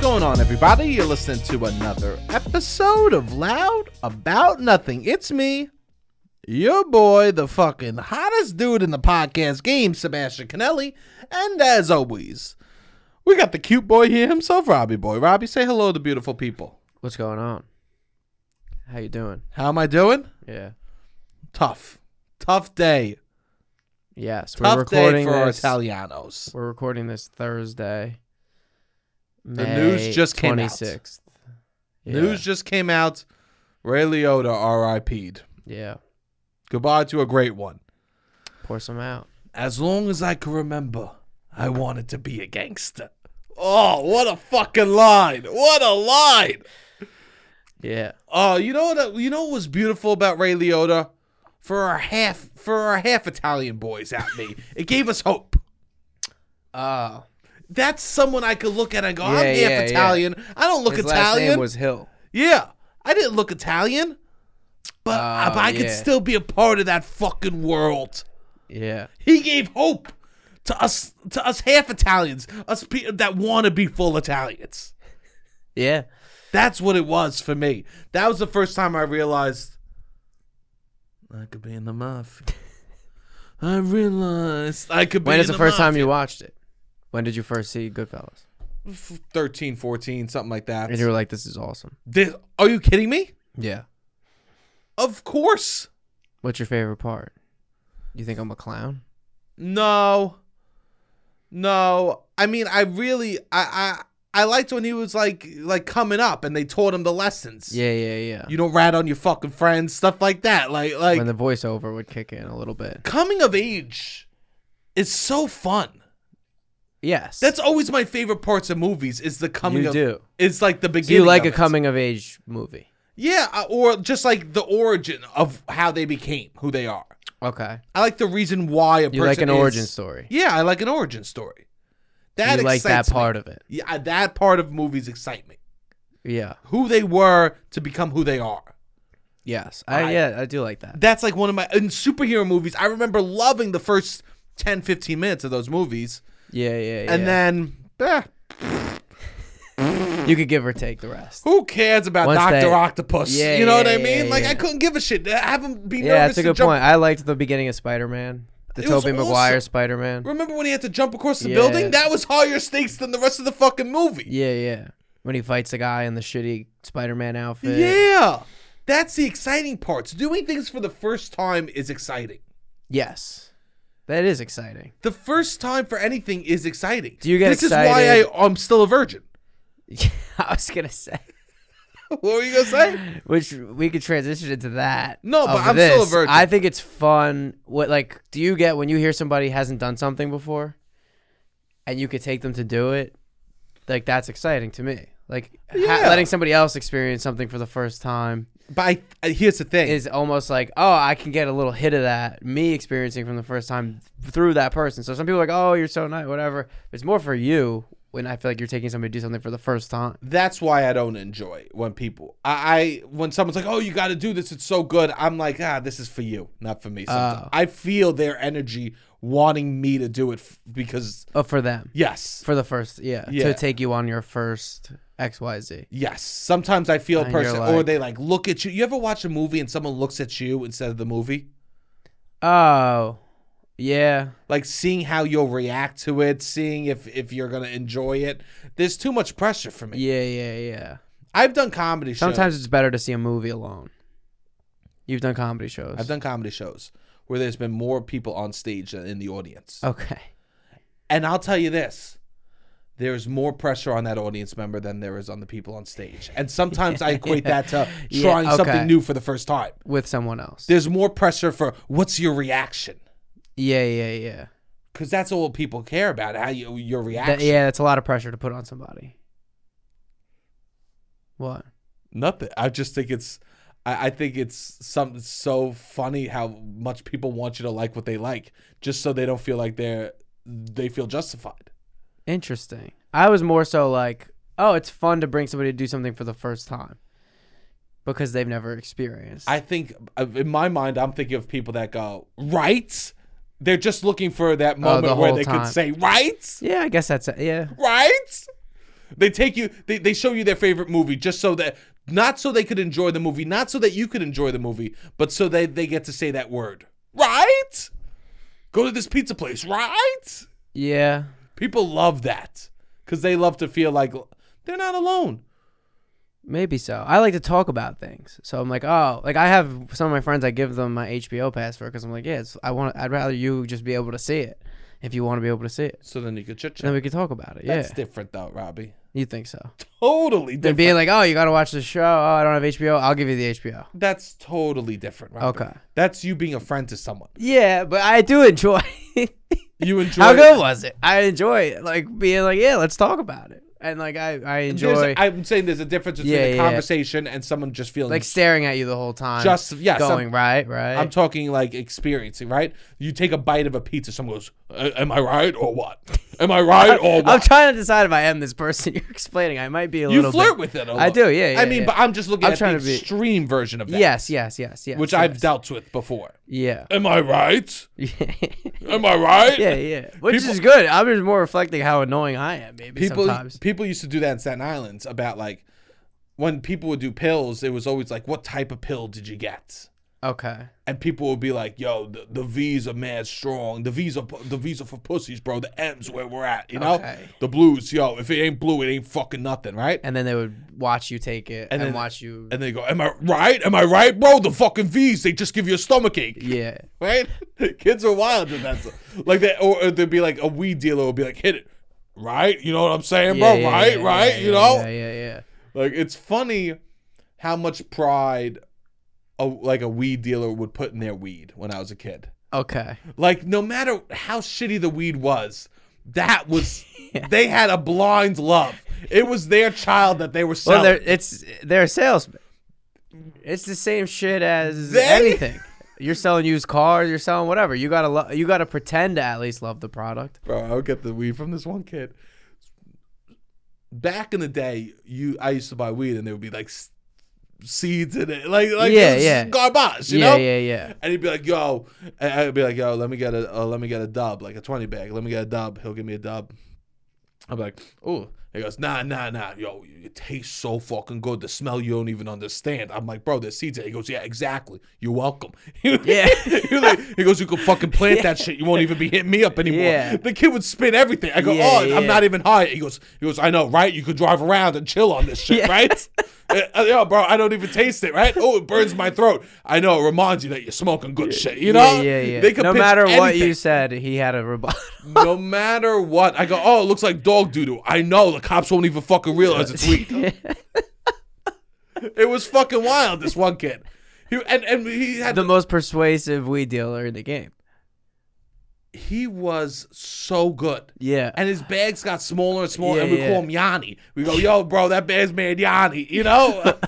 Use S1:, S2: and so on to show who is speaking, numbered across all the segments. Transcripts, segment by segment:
S1: going on, everybody? You're listening to another episode of Loud About Nothing. It's me, your boy, the fucking hottest dude in the podcast game, Sebastian Canelli. And as always, we got the cute boy here himself, Robbie Boy. Robbie, say hello to beautiful people.
S2: What's going on? How you doing?
S1: How am I doing?
S2: Yeah.
S1: Tough. Tough day.
S2: Yes,
S1: Tough
S2: we're recording
S1: day for
S2: this.
S1: Italianos.
S2: We're recording this Thursday.
S1: The news just came out.
S2: out. Yeah.
S1: News just came out. Ray Liotta RIP'd.
S2: Yeah.
S1: Goodbye to a great one.
S2: Pour some out.
S1: As long as I can remember, I wanted to be a gangster. Oh, what a fucking line! What a line!
S2: Yeah.
S1: Oh, you know what? You know what was beautiful about Ray Liotta? For our half, for our half Italian boys out me, it gave us hope.
S2: Oh.
S1: That's someone I could look at and go,
S2: Yeah,
S1: "I'm half
S2: yeah, yeah.
S1: Italian. I don't look
S2: His last
S1: Italian."
S2: name was Hill.
S1: yeah, I didn't look Italian, but I-
S2: Oh,
S1: but I could
S2: yeah.
S1: still be a part of that fucking world.
S2: Yeah.
S1: He gave hope to us, to us half Italians, us pe- that want to be full Italians.
S2: Yeah.
S1: That's what it was for me. That was the first time I realized I could be in the mafia. I realized I could be.
S2: When
S1: in
S2: is the first time you watched it? When did you first see Goodfellas?
S1: you? 13, 14, something like that.
S2: And you were like, "This is awesome."
S1: This- are you kidding me?
S2: Yeah.
S1: Of course.
S2: What's your favorite part? You think I'm a clown?
S1: No. No. I mean, I really, I, I, I liked when he was like, like coming up, and they taught him the lessons.
S2: Yeah, yeah, yeah.
S1: You don't rat on your fucking friends, stuff like that. Like, like
S2: when the voiceover would kick in a little bit.
S1: coming of age is so fun.
S2: Yes.
S1: That's always my favorite parts of movies is the coming
S2: You
S1: of
S2: do.
S1: It's like the
S2: Do
S1: beginning.
S2: you like
S1: of
S2: a
S1: it.
S2: coming of age movie?
S1: Yeah, uh, or just like the origin of how they became who they are.
S2: Okay.
S1: I like the reason why a person
S2: You like an
S1: is-
S2: origin story.
S1: Yeah, I like an origin story. That
S2: you like that
S1: excites me.
S2: part of it.
S1: Yeah, that part of movies excite me.
S2: Yeah.
S1: Who they were to become who they are.
S2: Yes. I,
S1: I-
S2: yeah, I do like that.
S1: That's like one of my in superhero movies. I remember loving the first 10 15 minutes of those movies
S2: Yeah, yeah, yeah.
S1: and then eh,
S2: you could give or take the rest.
S1: Who cares about
S2: Once
S1: Doctor
S2: they-
S1: Octopus?
S2: Yeah,
S1: you know what
S2: yeah,
S1: I
S2: yeah,
S1: mean.
S2: yeah,
S1: like
S2: yeah.
S1: I couldn't give a shit. Have him be
S2: Yeah,
S1: nervous
S2: that's a
S1: to
S2: good
S1: jump-
S2: point. I liked the beginning of Spider Man. The
S1: It was
S2: Tobey
S1: awesome.
S2: Maguire Spider Man.
S1: Remember when he had to jump across the
S2: Yeah.
S1: building? That was higher stakes than the rest of the fucking movie.
S2: Yeah, yeah. When he fights a guy in the shitty Spider Man outfit.
S1: Yeah, that's the exciting parts. Doing things for the first time is exciting.
S2: Yes. That is exciting.
S1: The first time for anything is exciting.
S2: Do you get
S1: this is
S2: excited-
S1: why I, I'm still a virgin.
S2: I was gonna say,
S1: what were you gonna say?
S2: which we could transition into that.
S1: No, but
S2: of
S1: I'm still a
S2: this.
S1: virgin.
S2: I think it's fun. What like do you get when you hear somebody hasn't done something before, and you could take them to do it? Like that's exciting to me. Like
S1: Yeah.
S2: ha- letting somebody else experience something for the first time
S1: But I, I- here's the thing.
S2: is almost like, oh, I can get a little hit of that me experiencing from the first time through that person. So some people are like, oh, you're so nice, whatever. It's more for you when I feel like you're taking somebody to do something for the first time.
S1: that's why I don't enjoy when people I, I when someone's like, "Oh, you got to do this. It's so good." I'm like, "Ah, this is for you, not for me." Sometimes.
S2: Oh.
S1: I feel their energy wanting me to do it f- because
S2: Oh, for them.
S1: yes,
S2: for the first yeah,
S1: Yeah.
S2: to take you on your first xyz
S1: yes. Sometimes I feel a
S2: And you're
S1: person or
S2: like-
S1: they like look at you. You ever watch a movie and someone looks at you instead of the movie?
S2: oh yeah
S1: Like seeing how you'll react to it, seeing if if you're gonna enjoy it. There's too much pressure for me.
S2: yeah yeah yeah
S1: I've done comedy shows.
S2: sometimes it's better to see a movie alone you've done comedy shows
S1: I've done comedy shows where there's been more people on stage than in the audience.
S2: okay
S1: And I'll tell you this there's more pressure on that audience member than there is on the people on stage. And sometimes I equate that to
S2: Yeah,
S1: trying something
S2: okay.
S1: new for the first time.
S2: with someone else
S1: There's more pressure for what's your reaction?
S2: yeah yeah yeah
S1: Because that's all people care about, how you, your reaction.
S2: That- yeah that's a lot of pressure to put on somebody what
S1: Nothing. I just think it's. I I think it's something so funny how much people want you to like what they like, just so they don't feel like they're they feel justified.
S2: interesting i was more so like oh it's fun to bring somebody to do something for the first time because they've never experienced
S1: I think uh, in my mind, I'm thinking of people that go right. They're just looking for that
S2: Oh, the
S1: moment where
S2: whole
S1: they could
S2: time.
S1: say right,
S2: yeah i guess that's it yeah
S1: right. They take you. They, they show you their favorite movie just so that not so they could enjoy the movie, not so that you could enjoy the movie, but so they they get to say that word. Right? Go to this pizza place. Right?
S2: Yeah.
S1: People love that because they love to feel like they're not alone.
S2: Maybe so. I like to talk about things, so I'm like, oh, like I have some of my friends. I give them my HBO password because I'm like, yeah, it's, I want. I'd rather you just be able to see it if you want to be able to see it.
S1: So then you could chit
S2: Then
S1: chat.
S2: we could talk about it.
S1: That's
S2: yeah,
S1: different though, Robbie.
S2: you think so?
S1: Totally
S2: Than
S1: different.
S2: being like, oh, you got to watch the show. Oh, I don't have HBO. I'll give you the HBO.
S1: That's totally different, Robbie.
S2: Okay.
S1: That's you being a friend to someone.
S2: Yeah, but I do enjoy.
S1: You enjoy.
S2: How good was it? I enjoy it. Like being like, yeah, let's talk about it, and like I I
S1: There's-
S2: enjoy
S1: I'm saying there's a difference between
S2: Yeah,
S1: a
S2: yeah.
S1: conversation and someone just feeling.
S2: like eh. staring at you the whole time.
S1: Just- yes, I'm-
S2: going right, right.
S1: I'm talking like experiencing, right? You take a bite of a pizza, someone goes, "A- "Am I right or what? Am I right or
S2: I'm
S1: what?"
S2: trying to decide if I am this person you're explaining. I might be a
S1: oh, you
S2: little.
S1: flirt
S2: bit-
S1: with it. A
S2: I
S1: lot.
S2: do, yeah, yeah,
S1: I mean,
S2: yeah.
S1: but I'm just looking
S2: I'm
S1: at the
S2: trying to be-
S1: extreme version of that,
S2: Yes, yes, yes, yes.
S1: which
S2: yes.
S1: I've dealt with before.
S2: yeah,
S1: Am I right?
S2: yeah,
S1: Am I right?
S2: yeah. Which
S1: People-
S2: is good. I'm just more reflecting how annoying I am. Maybe
S1: people
S2: sometimes.
S1: people used to do that in Staten Island about like when people would do pills, it was always like, "What type of pill did you get?"
S2: Okay.
S1: and people will be like, "Yo, the, the V's are mad strong. The V's are pu- the V's are for pussies, bro. The M's where we're at, you know.
S2: Okay.
S1: The blues, yo. If it ain't blue, it ain't fucking nothing, right?" And,
S2: And then they would watch you take it and,
S1: then-
S2: watch you.
S1: they go, "Am I right? Am I right, bro? The fucking V's, they just give you a stomachache,
S2: yeah.
S1: right? Kids are wild with that. stuff. like that, or, or there'd be like a weed dealer would be like, "Hit it." Right, you know what I'm saying,
S2: Yeah,
S1: bro.
S2: yeah,
S1: right,
S2: yeah,
S1: right,
S2: yeah,
S1: you
S2: yeah,
S1: know,
S2: Yeah, yeah, yeah.
S1: like it's funny how much pride, a, like a weed dealer would put in their weed when I was a kid.
S2: Okay.
S1: Like no matter how shitty the weed was, that was they had a blind love. It was their child that they were
S2: Well,
S1: selling.
S2: they're, it's they're a salesman. It's the same shit as
S1: They-
S2: anything. You're selling used cars. You're selling whatever. You gotta lo- you gotta pretend to at least love the product.
S1: Bro, I would get the weed from this one kid. Back in the day, you I used to buy weed and there would be like s- seeds in it, like like
S2: Yeah,
S1: it was
S2: yeah.
S1: garbage, you
S2: yeah,
S1: know.
S2: yeah, yeah.
S1: And he'd be like, "Yo," and I'd be like, "Yo, let me get a uh, let me get a dub, like a twenty bag. Let me get a dub." He'll give me a dub. I'm like, "Ooh." He goes, "Nah, nah, nah, yo, it tastes so fucking good. The smell you don't even understand." I'm like, "Bro, there's seeds." in it." He goes, "Yeah, exactly. You're welcome."
S2: Yeah.
S1: He was like- he goes, "You can fucking plant that shit. You won't even be hitting me up anymore."
S2: Yeah.
S1: The kid would spit everything. I go,
S2: Yeah,
S1: "Oh, I'm
S2: yeah.
S1: not even high." He goes, "He goes, I know, right? You could drive around and chill on this shit,
S2: Yeah.
S1: right?" Uh, yo, bro, I don't even taste it, right? Oh, it burns my throat. I know it reminds you that you're smoking good shit. You know,
S2: yeah, yeah, yeah.
S1: They could
S2: no
S1: pitch
S2: matter what
S1: anything.
S2: you said, he had a rebuttal.
S1: no matter what, I go. Oh, it looks like dog doo doo. I know the cops won't even fucking realize it's weed. it was fucking wild. This one kid, he and and he had
S2: the most persuasive weed dealer in the game.
S1: he was so good.
S2: Yeah.
S1: And his bags got smaller and smaller, and
S2: Yeah,
S1: we
S2: yeah.
S1: call him Yanni. We go, yo, bro, that bag's made Yanni, you know?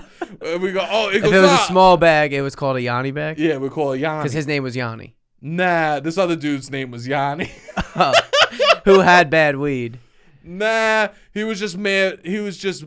S1: and we go, oh, it goes,
S2: if it was a
S1: "Ah."
S2: small bag, it was called a Yanni bag
S1: Yeah, we call it Yanni.
S2: because his name was Yanni,
S1: Nah, this other dude's name was Yanni.
S2: Oh. who had bad weed.
S1: nah, he was just man. He was just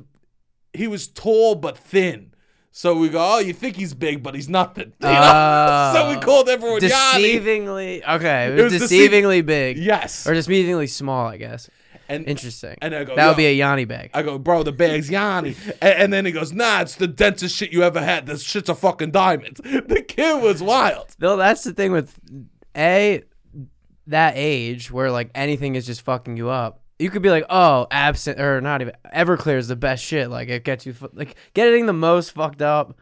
S1: he was tall but thin. So we go, oh, you think he's big, but he's nothing. You know?
S2: Oh.
S1: so we called everyone Yanni.
S2: Deceivingly, okay, it was,
S1: It was deceiv-
S2: deceivingly big
S1: Yes.
S2: or deceivingly small, I guess.
S1: and
S2: Interesting.
S1: and I go,
S2: that
S1: "Yo."
S2: would be a Yanni bag.
S1: I go, bro, the bag's Yanni. And, and then he goes, nah, it's the dentist shit you ever had. This shit's a fucking diamond. The kid was wild.
S2: No, that's the thing with a that age where like anything is just fucking you up. You could be like, oh, absent or not even Everclear is the best shit. Like it gets you fu- like getting the most fucked up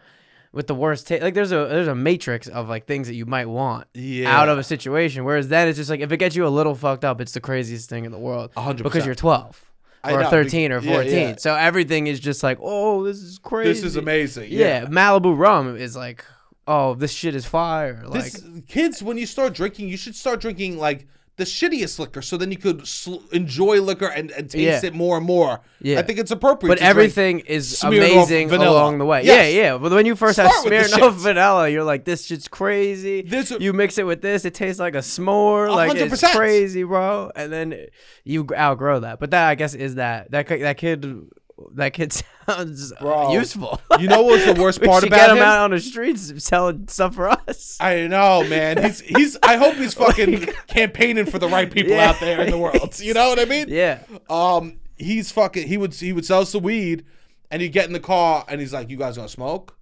S2: with the worst taste. Like there's a there's a matrix of like things that you might want
S1: Yeah.
S2: out of a situation. Whereas then it's just like if it gets you a little fucked up, it's the craziest thing in the world.
S1: 100%.
S2: Because you're 12
S1: I
S2: or
S1: know, be-
S2: 13 or
S1: yeah,
S2: 14.
S1: yeah.
S2: So everything is just like, oh, this is crazy.
S1: This is amazing.
S2: Yeah, Malibu rum is like, oh, this shit is fire. Like,
S1: This, kids, when you start drinking, you should start drinking like the shittiest liquor, so then you could sl- enjoy liquor and, and taste
S2: Yeah.
S1: it more and more.
S2: Yeah.
S1: I think it's appropriate.
S2: but
S1: to drink-
S2: everything is
S1: Smirnoff
S2: amazing
S1: vanilla.
S2: along the way.
S1: Yes.
S2: Yeah, yeah. But when you first have
S1: Start with the
S2: Smirnoff
S1: shits.
S2: vanilla, you're like, this shit's crazy.
S1: This-
S2: you mix it with this, it tastes like a s'more. Like it's
S1: 100%.
S2: crazy, bro. And then you g- outgrow that. But that I guess is that that ki- that kid. That kid sounds uh,
S1: Bro.
S2: useful.
S1: You know what's the worst
S2: We
S1: part
S2: should
S1: about
S2: get him
S1: him?
S2: out on the streets selling stuff for us.
S1: I know, man. He's he's. I hope he's fucking campaigning for the right people
S2: Oh Yeah.
S1: out there in the world. You know what I mean?
S2: yeah.
S1: Um, he's fucking. He would he would sell us the weed, and he'd get in the car and he's like, "You guys gonna smoke?"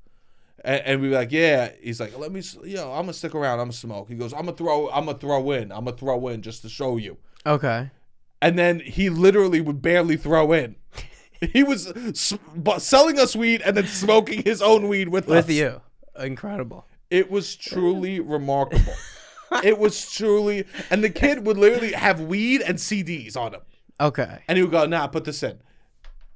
S1: And, and we'd be like, "Yeah." He's like, "Let me, s- yo, I'm gonna stick around. I'm gonna smoke." He goes, "I'm gonna throw. I'm gonna throw in. I'm gonna throw in just to show you."
S2: Okay.
S1: and then he literally would barely throw in. He was s- bu- selling us weed and then smoking his own weed with,
S2: With
S1: us.
S2: you. Incredible.
S1: It was truly remarkable. it was truly, and the kid would literally have weed and CDs on him,
S2: Okay.
S1: and he would go, "Nah, put this in."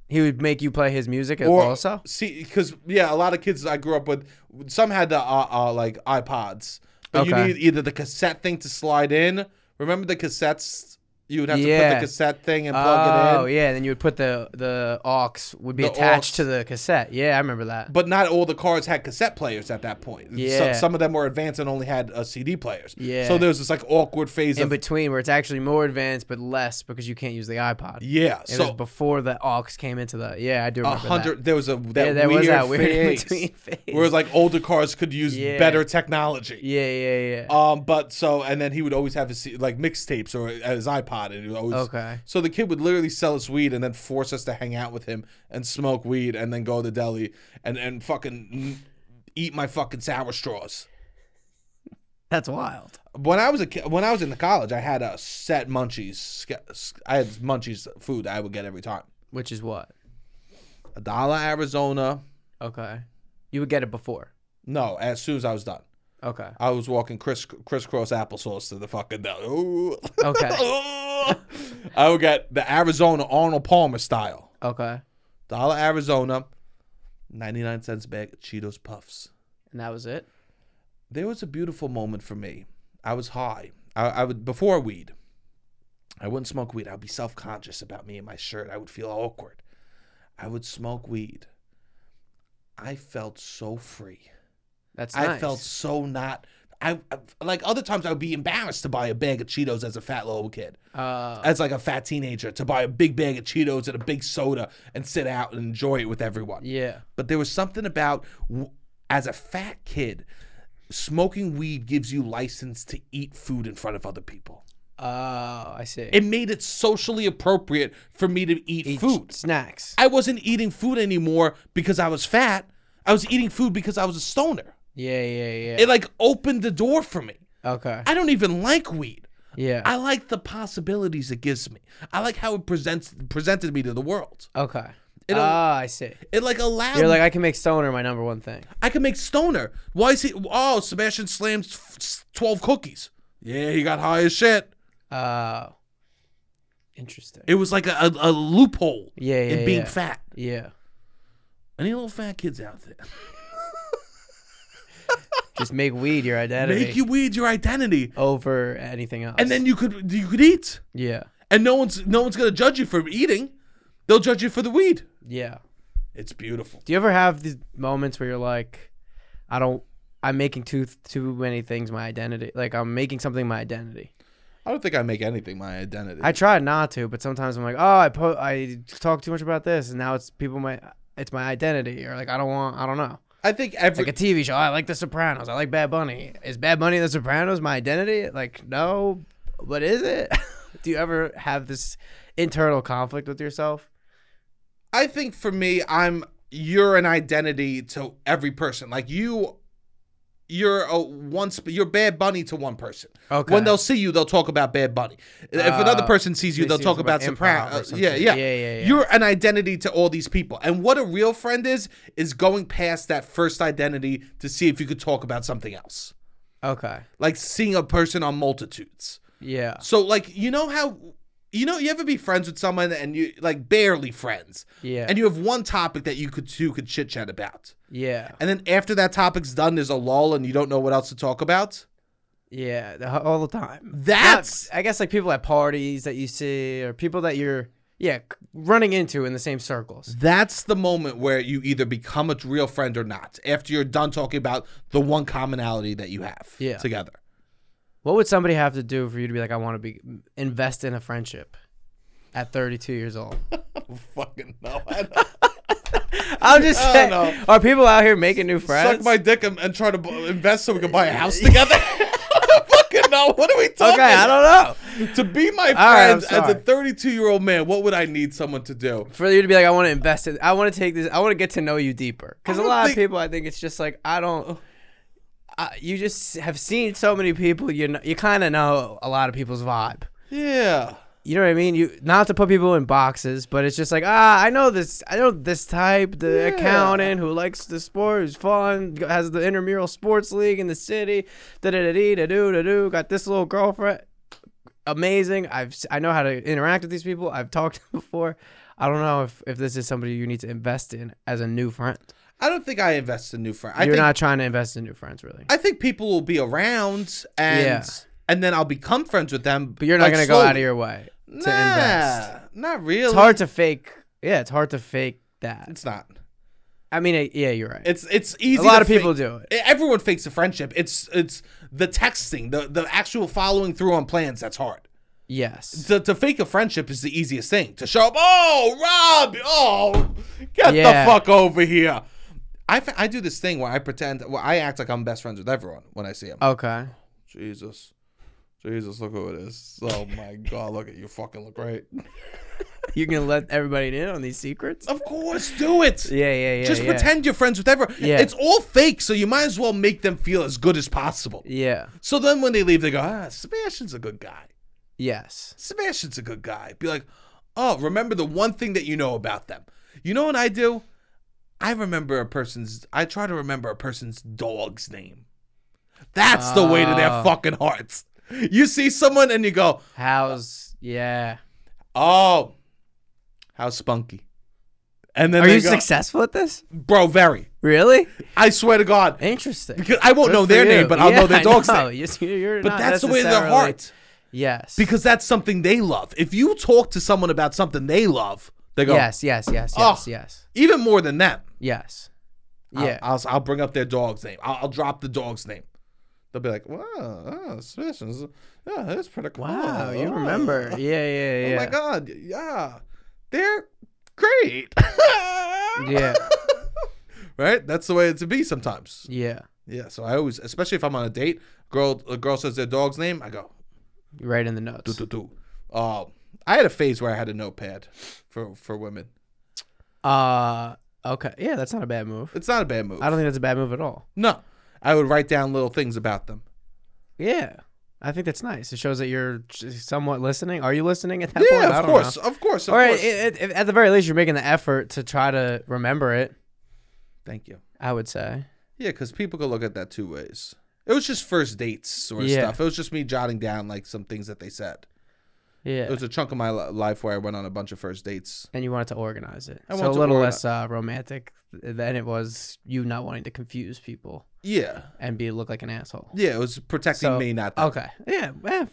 S2: He would make you play his music
S1: Or
S2: also?
S1: see, because yeah, a lot of kids I grew up with, some had the uh, uh, like iPods, but you
S2: Okay.
S1: need either the cassette thing to slide in. Remember the cassettes? You would have to put
S2: Yeah.
S1: the cassette thing and plug it in.
S2: oh yeah, then you would put the the aux would be
S1: The
S2: attached
S1: aux.
S2: to the cassette. Yeah, I remember that.
S1: but not all the cars had cassette players at that point.
S2: Yeah.
S1: So, some of them were advanced and only had uh, CD players.
S2: Yeah.
S1: So there was this like awkward phase
S2: In
S1: of
S2: between, where it's actually more advanced but less because you can't use the iPod.
S1: yeah.
S2: It was
S1: so
S2: before the aux came into the. Yeah, I do
S1: a
S2: remember
S1: hundred. There was a that
S2: That. Yeah, there
S1: weird
S2: was that weird
S1: phase
S2: in between phase.
S1: where it's like older cars could use
S2: Yeah.
S1: better technology.
S2: yeah, yeah, yeah.
S1: Um, but so and then he would always have his C- like mixtapes or his iPod, and he would always.
S2: Okay.
S1: So the kid would literally sell us weed and then force us to hang out with him and smoke weed and then go to the deli and and fucking eat my fucking sour straws.
S2: That's wild.
S1: when I was a ki- when I was in the college, I had a set munchies. ske- sk- I had munchies food I would get every time.
S2: Which is what?
S1: A dollar Arizona.
S2: Okay. You would get it before.
S1: No, as soon as I was done,
S2: Okay.
S1: I was walking criss crisscross applesauce to the fucking deli. Ooh.
S2: Okay.
S1: I would get the Arizona Arnold Palmer style
S2: okay.
S1: dollar Arizona, ninety nine cents bag of Cheetos puffs.
S2: And that was it.
S1: there was a beautiful moment for me. I was high. I, I would before weed. I wouldn't smoke weed. I'd be self conscious about me and my shirt. I would feel awkward. I would smoke weed. I felt so free.
S2: That's
S1: I
S2: nice.
S1: felt so not. I, I- like other times I would be embarrassed to buy a bag of Cheetos as a fat little kid,
S2: Uh,
S1: as like a fat teenager to buy a big bag of Cheetos and a big soda and sit out and enjoy it with everyone
S2: yeah.
S1: but there was something about w- as a fat kid smoking weed gives you license to eat food in front of other people
S2: Oh, I see.
S1: it made it socially appropriate for me to eat,
S2: Eat
S1: food
S2: snacks.
S1: i wasn't eating food anymore because i was fat i was eating food because i was a stoner
S2: Yeah, yeah, yeah.
S1: it like opened the door for me
S2: okay.
S1: i don't even like weed
S2: yeah.
S1: i like the possibilities it gives me i like how it presents presented me to the world
S2: okay.
S1: It
S2: oh,
S1: al-
S2: I see.
S1: it like allowed
S2: You're
S1: me
S2: like, I can make stoner my number one thing.
S1: I can make stoner. Why is he? Oh, Sebastian slams f- s- twelve cookies. Yeah, he got high as shit.
S2: Oh. interesting.
S1: It was like a, a, a loophole
S2: Yeah, yeah,
S1: in being
S2: yeah.
S1: fat.
S2: yeah.
S1: Any little fat kids out there?
S2: Just make weed your identity
S1: Make you weed your identity,
S2: over anything else.
S1: and then you could you could eat,
S2: yeah,
S1: and no one's no one's gonna judge you for eating. They'll judge you for the weed.
S2: yeah.
S1: It's beautiful.
S2: Do you ever have these moments where you're like, I don't, I'm making too too many things my identity. Like I'm making something my identity.
S1: I don't think I make anything my identity.
S2: I try not to, but sometimes I'm like, oh, I po- I talk too much about this, and now it's people my it's my identity, or like I don't want, I don't know.
S1: I think every
S2: like a TV show. Oh, I like The Sopranos. I like Bad Bunny. Is Bad Bunny and The Sopranos my identity? Like, no. What is it? Do you ever have this internal conflict with yourself?
S1: I think for me, I'm you're an identity to every person. Like you, you're a once you're Bad Bunny to one person.
S2: Okay.
S1: When they'll see you, they'll talk about Bad Bunny. If another
S2: Uh,
S1: person sees you,
S2: they
S1: they'll
S2: see
S1: talk
S2: you
S1: about
S2: from improv or
S1: Soprano. Uh,
S2: something.
S1: Yeah, yeah,
S2: Yeah, yeah, yeah.
S1: You're an identity to all these people. And what a real friend is is going past that first identity to see if you could talk about something else.
S2: Okay.
S1: Like seeing a person on multitudes.
S2: Yeah.
S1: So like you know how you know you ever be friends with someone and you like barely friends.
S2: Yeah.
S1: And you have one topic that you could two could chit chat about.
S2: Yeah.
S1: And then after that topic's done, there's a lull and you don't know what else to talk about.
S2: Yeah. The, ho- all the time.
S1: That's-
S2: Not- I guess like people at parties that you see, or people that you're yeah c- running into in the same circles.
S1: That's the moment where you either become a real friend or not. After you're done talking about the one commonality that you have
S2: Yeah.
S1: together.
S2: What would somebody have to do for you to be like, I want to be invest in a friendship at 32 years old?
S1: Fucking no.
S2: I'm just
S1: I
S2: saying.
S1: don't know.
S2: Are people out here making new friends?
S1: Suck my dick and, and try to bu- invest so we can buy a house together. Fucking no. know. What are we talking?
S2: Okay, I
S1: about?
S2: don't know.
S1: To be my
S2: All right, I'm
S1: friends as a
S2: sorry.
S1: 32 year old man, what would I need someone to do?
S2: For you to be like, I want to invest in, I want to take this, I want to get to know you deeper. Because
S1: I
S2: a
S1: don't
S2: lot
S1: think-
S2: of people, I think it's just like, I don't. I, you just have seen so many people. You know, you kind of know a lot of people's vibe.
S1: Yeah.
S2: You know what I mean? You not to put people in boxes, but it's just like ah, I know this. I know this type, the
S1: Yeah.
S2: accountant who likes the sport, who's fun, has the intramural sports league in the city. Da da da dee, da do da do. Got this little girlfriend, amazing. I've s- I know how to interact with these people. I've talked to them before. I don't know if if this is somebody you need to invest in as a new friend.
S1: I don't think I invest in new friends. I
S2: You're
S1: think
S2: not trying to invest in new friends, really.
S1: I think people will be around and
S2: Yeah.
S1: and then I'll become friends with them.
S2: But you're not
S1: like,
S2: gonna go
S1: slowly.
S2: out of your way to
S1: nah,
S2: invest.
S1: Not really.
S2: It's hard to fake. Yeah, it's hard to fake that.
S1: It's not.
S2: I mean, it- yeah, you're right.
S1: It's it's easy.
S2: a lot
S1: to
S2: of people
S1: fake- E,
S2: do it.
S1: Everyone fakes a friendship. It's it's the texting, the the actual following through on plans that's hard.
S2: Yes.
S1: To, to fake a friendship is the easiest thing. To show up, oh Rob, oh get
S2: Yeah.
S1: the fuck over here. I, fa- I do this thing where I pretend, well, I act like I'm best friends with everyone when I see them.
S2: Okay.
S1: Jesus. Jesus, look who it is. Oh my god, look at you fucking look great.
S2: You can let everybody in on these secrets.
S1: Of course, do it.
S2: Yeah, yeah, yeah.
S1: Oh, Just
S2: yeah.
S1: pretend you're friends with everyone.
S2: Yeah.
S1: It's all fake, so you might as well make them feel as good as possible.
S2: Yeah.
S1: So then when they leave, they go, ah, Sebastian's a good guy.
S2: Yes.
S1: Sebastian's a good guy. Be like, oh, remember the one thing that you know about them. You know what I do? I remember a person's, I try to remember a person's dog's name. That's the way to their
S2: Ah.
S1: fucking hearts. You see someone and you go,
S2: How's yeah?
S1: Oh, how spunky. And then
S2: Are
S1: they
S2: you
S1: go,
S2: successful at this?
S1: bro, very.
S2: Really?
S1: I swear to God.
S2: Interesting.
S1: Because I won't know their name, but I'll know their dog's name.
S2: You're
S1: But
S2: not
S1: that's the way to their
S2: necessarily-
S1: heart.
S2: Yes.
S1: Because that's something they love. If you talk to someone about something they love, they go,
S2: yes, yes, yes, yes,
S1: Oh.
S2: yes,
S1: even more than that.
S2: yes.
S1: I'll-
S2: Yeah.
S1: I'll, I'll, bring up their dog's name. I'll, I'll drop the dog's name. They'll be like, wow, oh, suspicious. Yeah, that's pretty cool.
S2: wow, you
S1: Oh.
S2: remember? Yeah, yeah,
S1: Oh
S2: yeah.
S1: my God. Yeah. They're great.
S2: Yeah,
S1: right? That's the way it to be sometimes.
S2: yeah.
S1: Yeah. So I always, especially if I'm on a date, girl, a girl says their dog's name, I go,
S2: Right in the notes.
S1: do do. Uh, I had a phase where I had a notepad for for women.
S2: Uh, okay. Yeah, that's not a bad move.
S1: It's not a bad move.
S2: I don't think that's a bad move at all.
S1: no, I would write down little things about them.
S2: Yeah. I think that's nice. It shows that you're j- somewhat listening. Are you listening at that point?
S1: Yeah,
S2: I
S1: of
S2: don't
S1: course,
S2: Know.
S1: of course, of
S2: Or
S1: course.
S2: it, it, at the very least, you're making the effort to try to remember it.
S1: Thank you.
S2: I would say.
S1: Yeah, because people could look at that two ways. It was just first dates sort of
S2: Yeah.
S1: stuff. It was just me jotting down like some things that they said. It
S2: Yeah.
S1: was a chunk of my li- life where I went on a bunch of first dates.
S2: And you wanted to organize it,
S1: I
S2: so
S1: want
S2: a
S1: to
S2: little
S1: organi-
S2: less uh, romantic than it was you not wanting to confuse people
S1: Yeah,
S2: and be look like an asshole.
S1: yeah, it was protecting
S2: So-
S1: me, not them.
S2: Okay. Yeah. eh,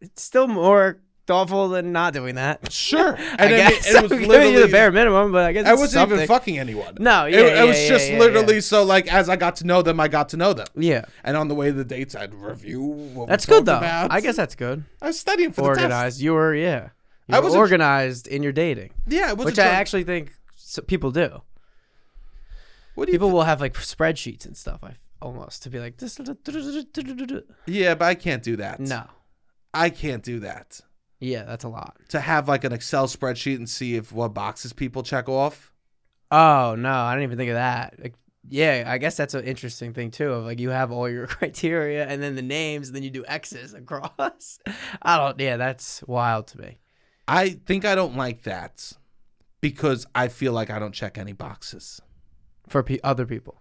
S2: it's still more thoughtful than not doing that.
S1: Sure.
S2: I
S1: then
S2: guess it, was you the bare minimum, but I guess
S1: I
S2: it's
S1: wasn't even
S2: something.
S1: fucking anyone.
S2: No,
S1: It-
S2: yeah,
S1: it,
S2: yeah,
S1: was
S2: yeah,
S1: just
S2: yeah, yeah.
S1: literally so like as I got to know them, I got to know them,
S2: Yeah,
S1: and on the way to the dates, I'd review. What
S2: that's
S1: we talked
S2: good though.
S1: About.
S2: I guess that's good.
S1: I was studying for
S2: organized. You were, yeah. You
S1: I
S2: were
S1: wasn't-
S2: organized in your dating,
S1: the test. Yeah, it was
S2: which I actually think s people do.
S1: What do you?
S2: People will have like spreadsheets and stuff. I almost to be like this. No.
S1: yeah, but I can't do that. I can't do that.
S2: Yeah, that's a lot.
S1: To have like an Excel spreadsheet and see if what boxes people check off.
S2: Oh no, I didn't even think of that. Like, yeah, I guess that's an interesting thing too. Of like you have all your criteria and then the names, and then you do X's across. I don't. Yeah, that's wild to me.
S1: I think I don't like that because I feel like I don't check any boxes.
S2: For pe- other people,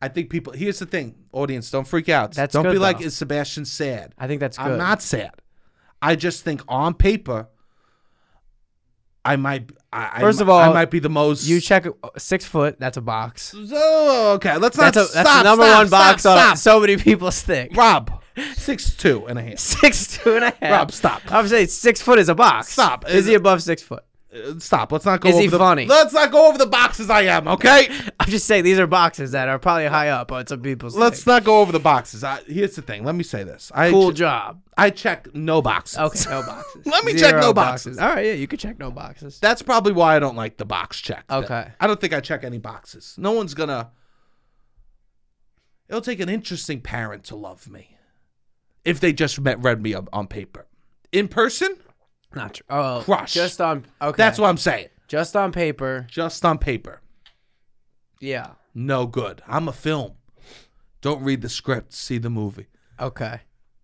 S1: I think people. Here's the thing, audience, don't freak out.
S2: That's
S1: don't
S2: good,
S1: be like,
S2: though.
S1: is Sebastian sad?
S2: I think that's good.
S1: I'm not sad. I just think on paper, I might. I,
S2: First
S1: I,
S2: of
S1: I
S2: all,
S1: might be the most.
S2: You check uh, six foot. That's a box.
S1: Oh, okay. Let's not.
S2: That's a that's
S1: stop,
S2: the number
S1: stop,
S2: one
S1: stop,
S2: box on
S1: Stop.
S2: so many people's thing.
S1: Rob, six two and a half.
S2: Six two and a half.
S1: Rob, stop.
S2: I'm saying six foot is a box.
S1: Stop.
S2: Is he above six foot?
S1: Uh, Stop. Let's not go.
S2: Is
S1: over
S2: he
S1: the,
S2: funny?
S1: Let's not go over the boxes. I am okay.
S2: I'm just saying these are boxes that are probably high up on some people's.
S1: Let's
S2: thing.
S1: not go over the boxes. I, here's the thing. Let me say this. I
S2: cool
S1: ch-
S2: job.
S1: I check no boxes.
S2: Okay, no boxes.
S1: Let me check no boxes.
S2: All right, yeah, you could check no boxes.
S1: That's probably why I don't like the box check. thing.
S2: Okay.
S1: I don't think I check any boxes. No one's gonna. It'll take an interesting parent to love me. if they just met read me on, on paper. In person,
S2: Not true. Oh,
S1: Crush.
S2: Just on. Okay.
S1: that's what I'm saying.
S2: Just on paper.
S1: Just on paper.
S2: Yeah.
S1: No good. I'm a film. Don't read the script, see the movie.
S2: Okay.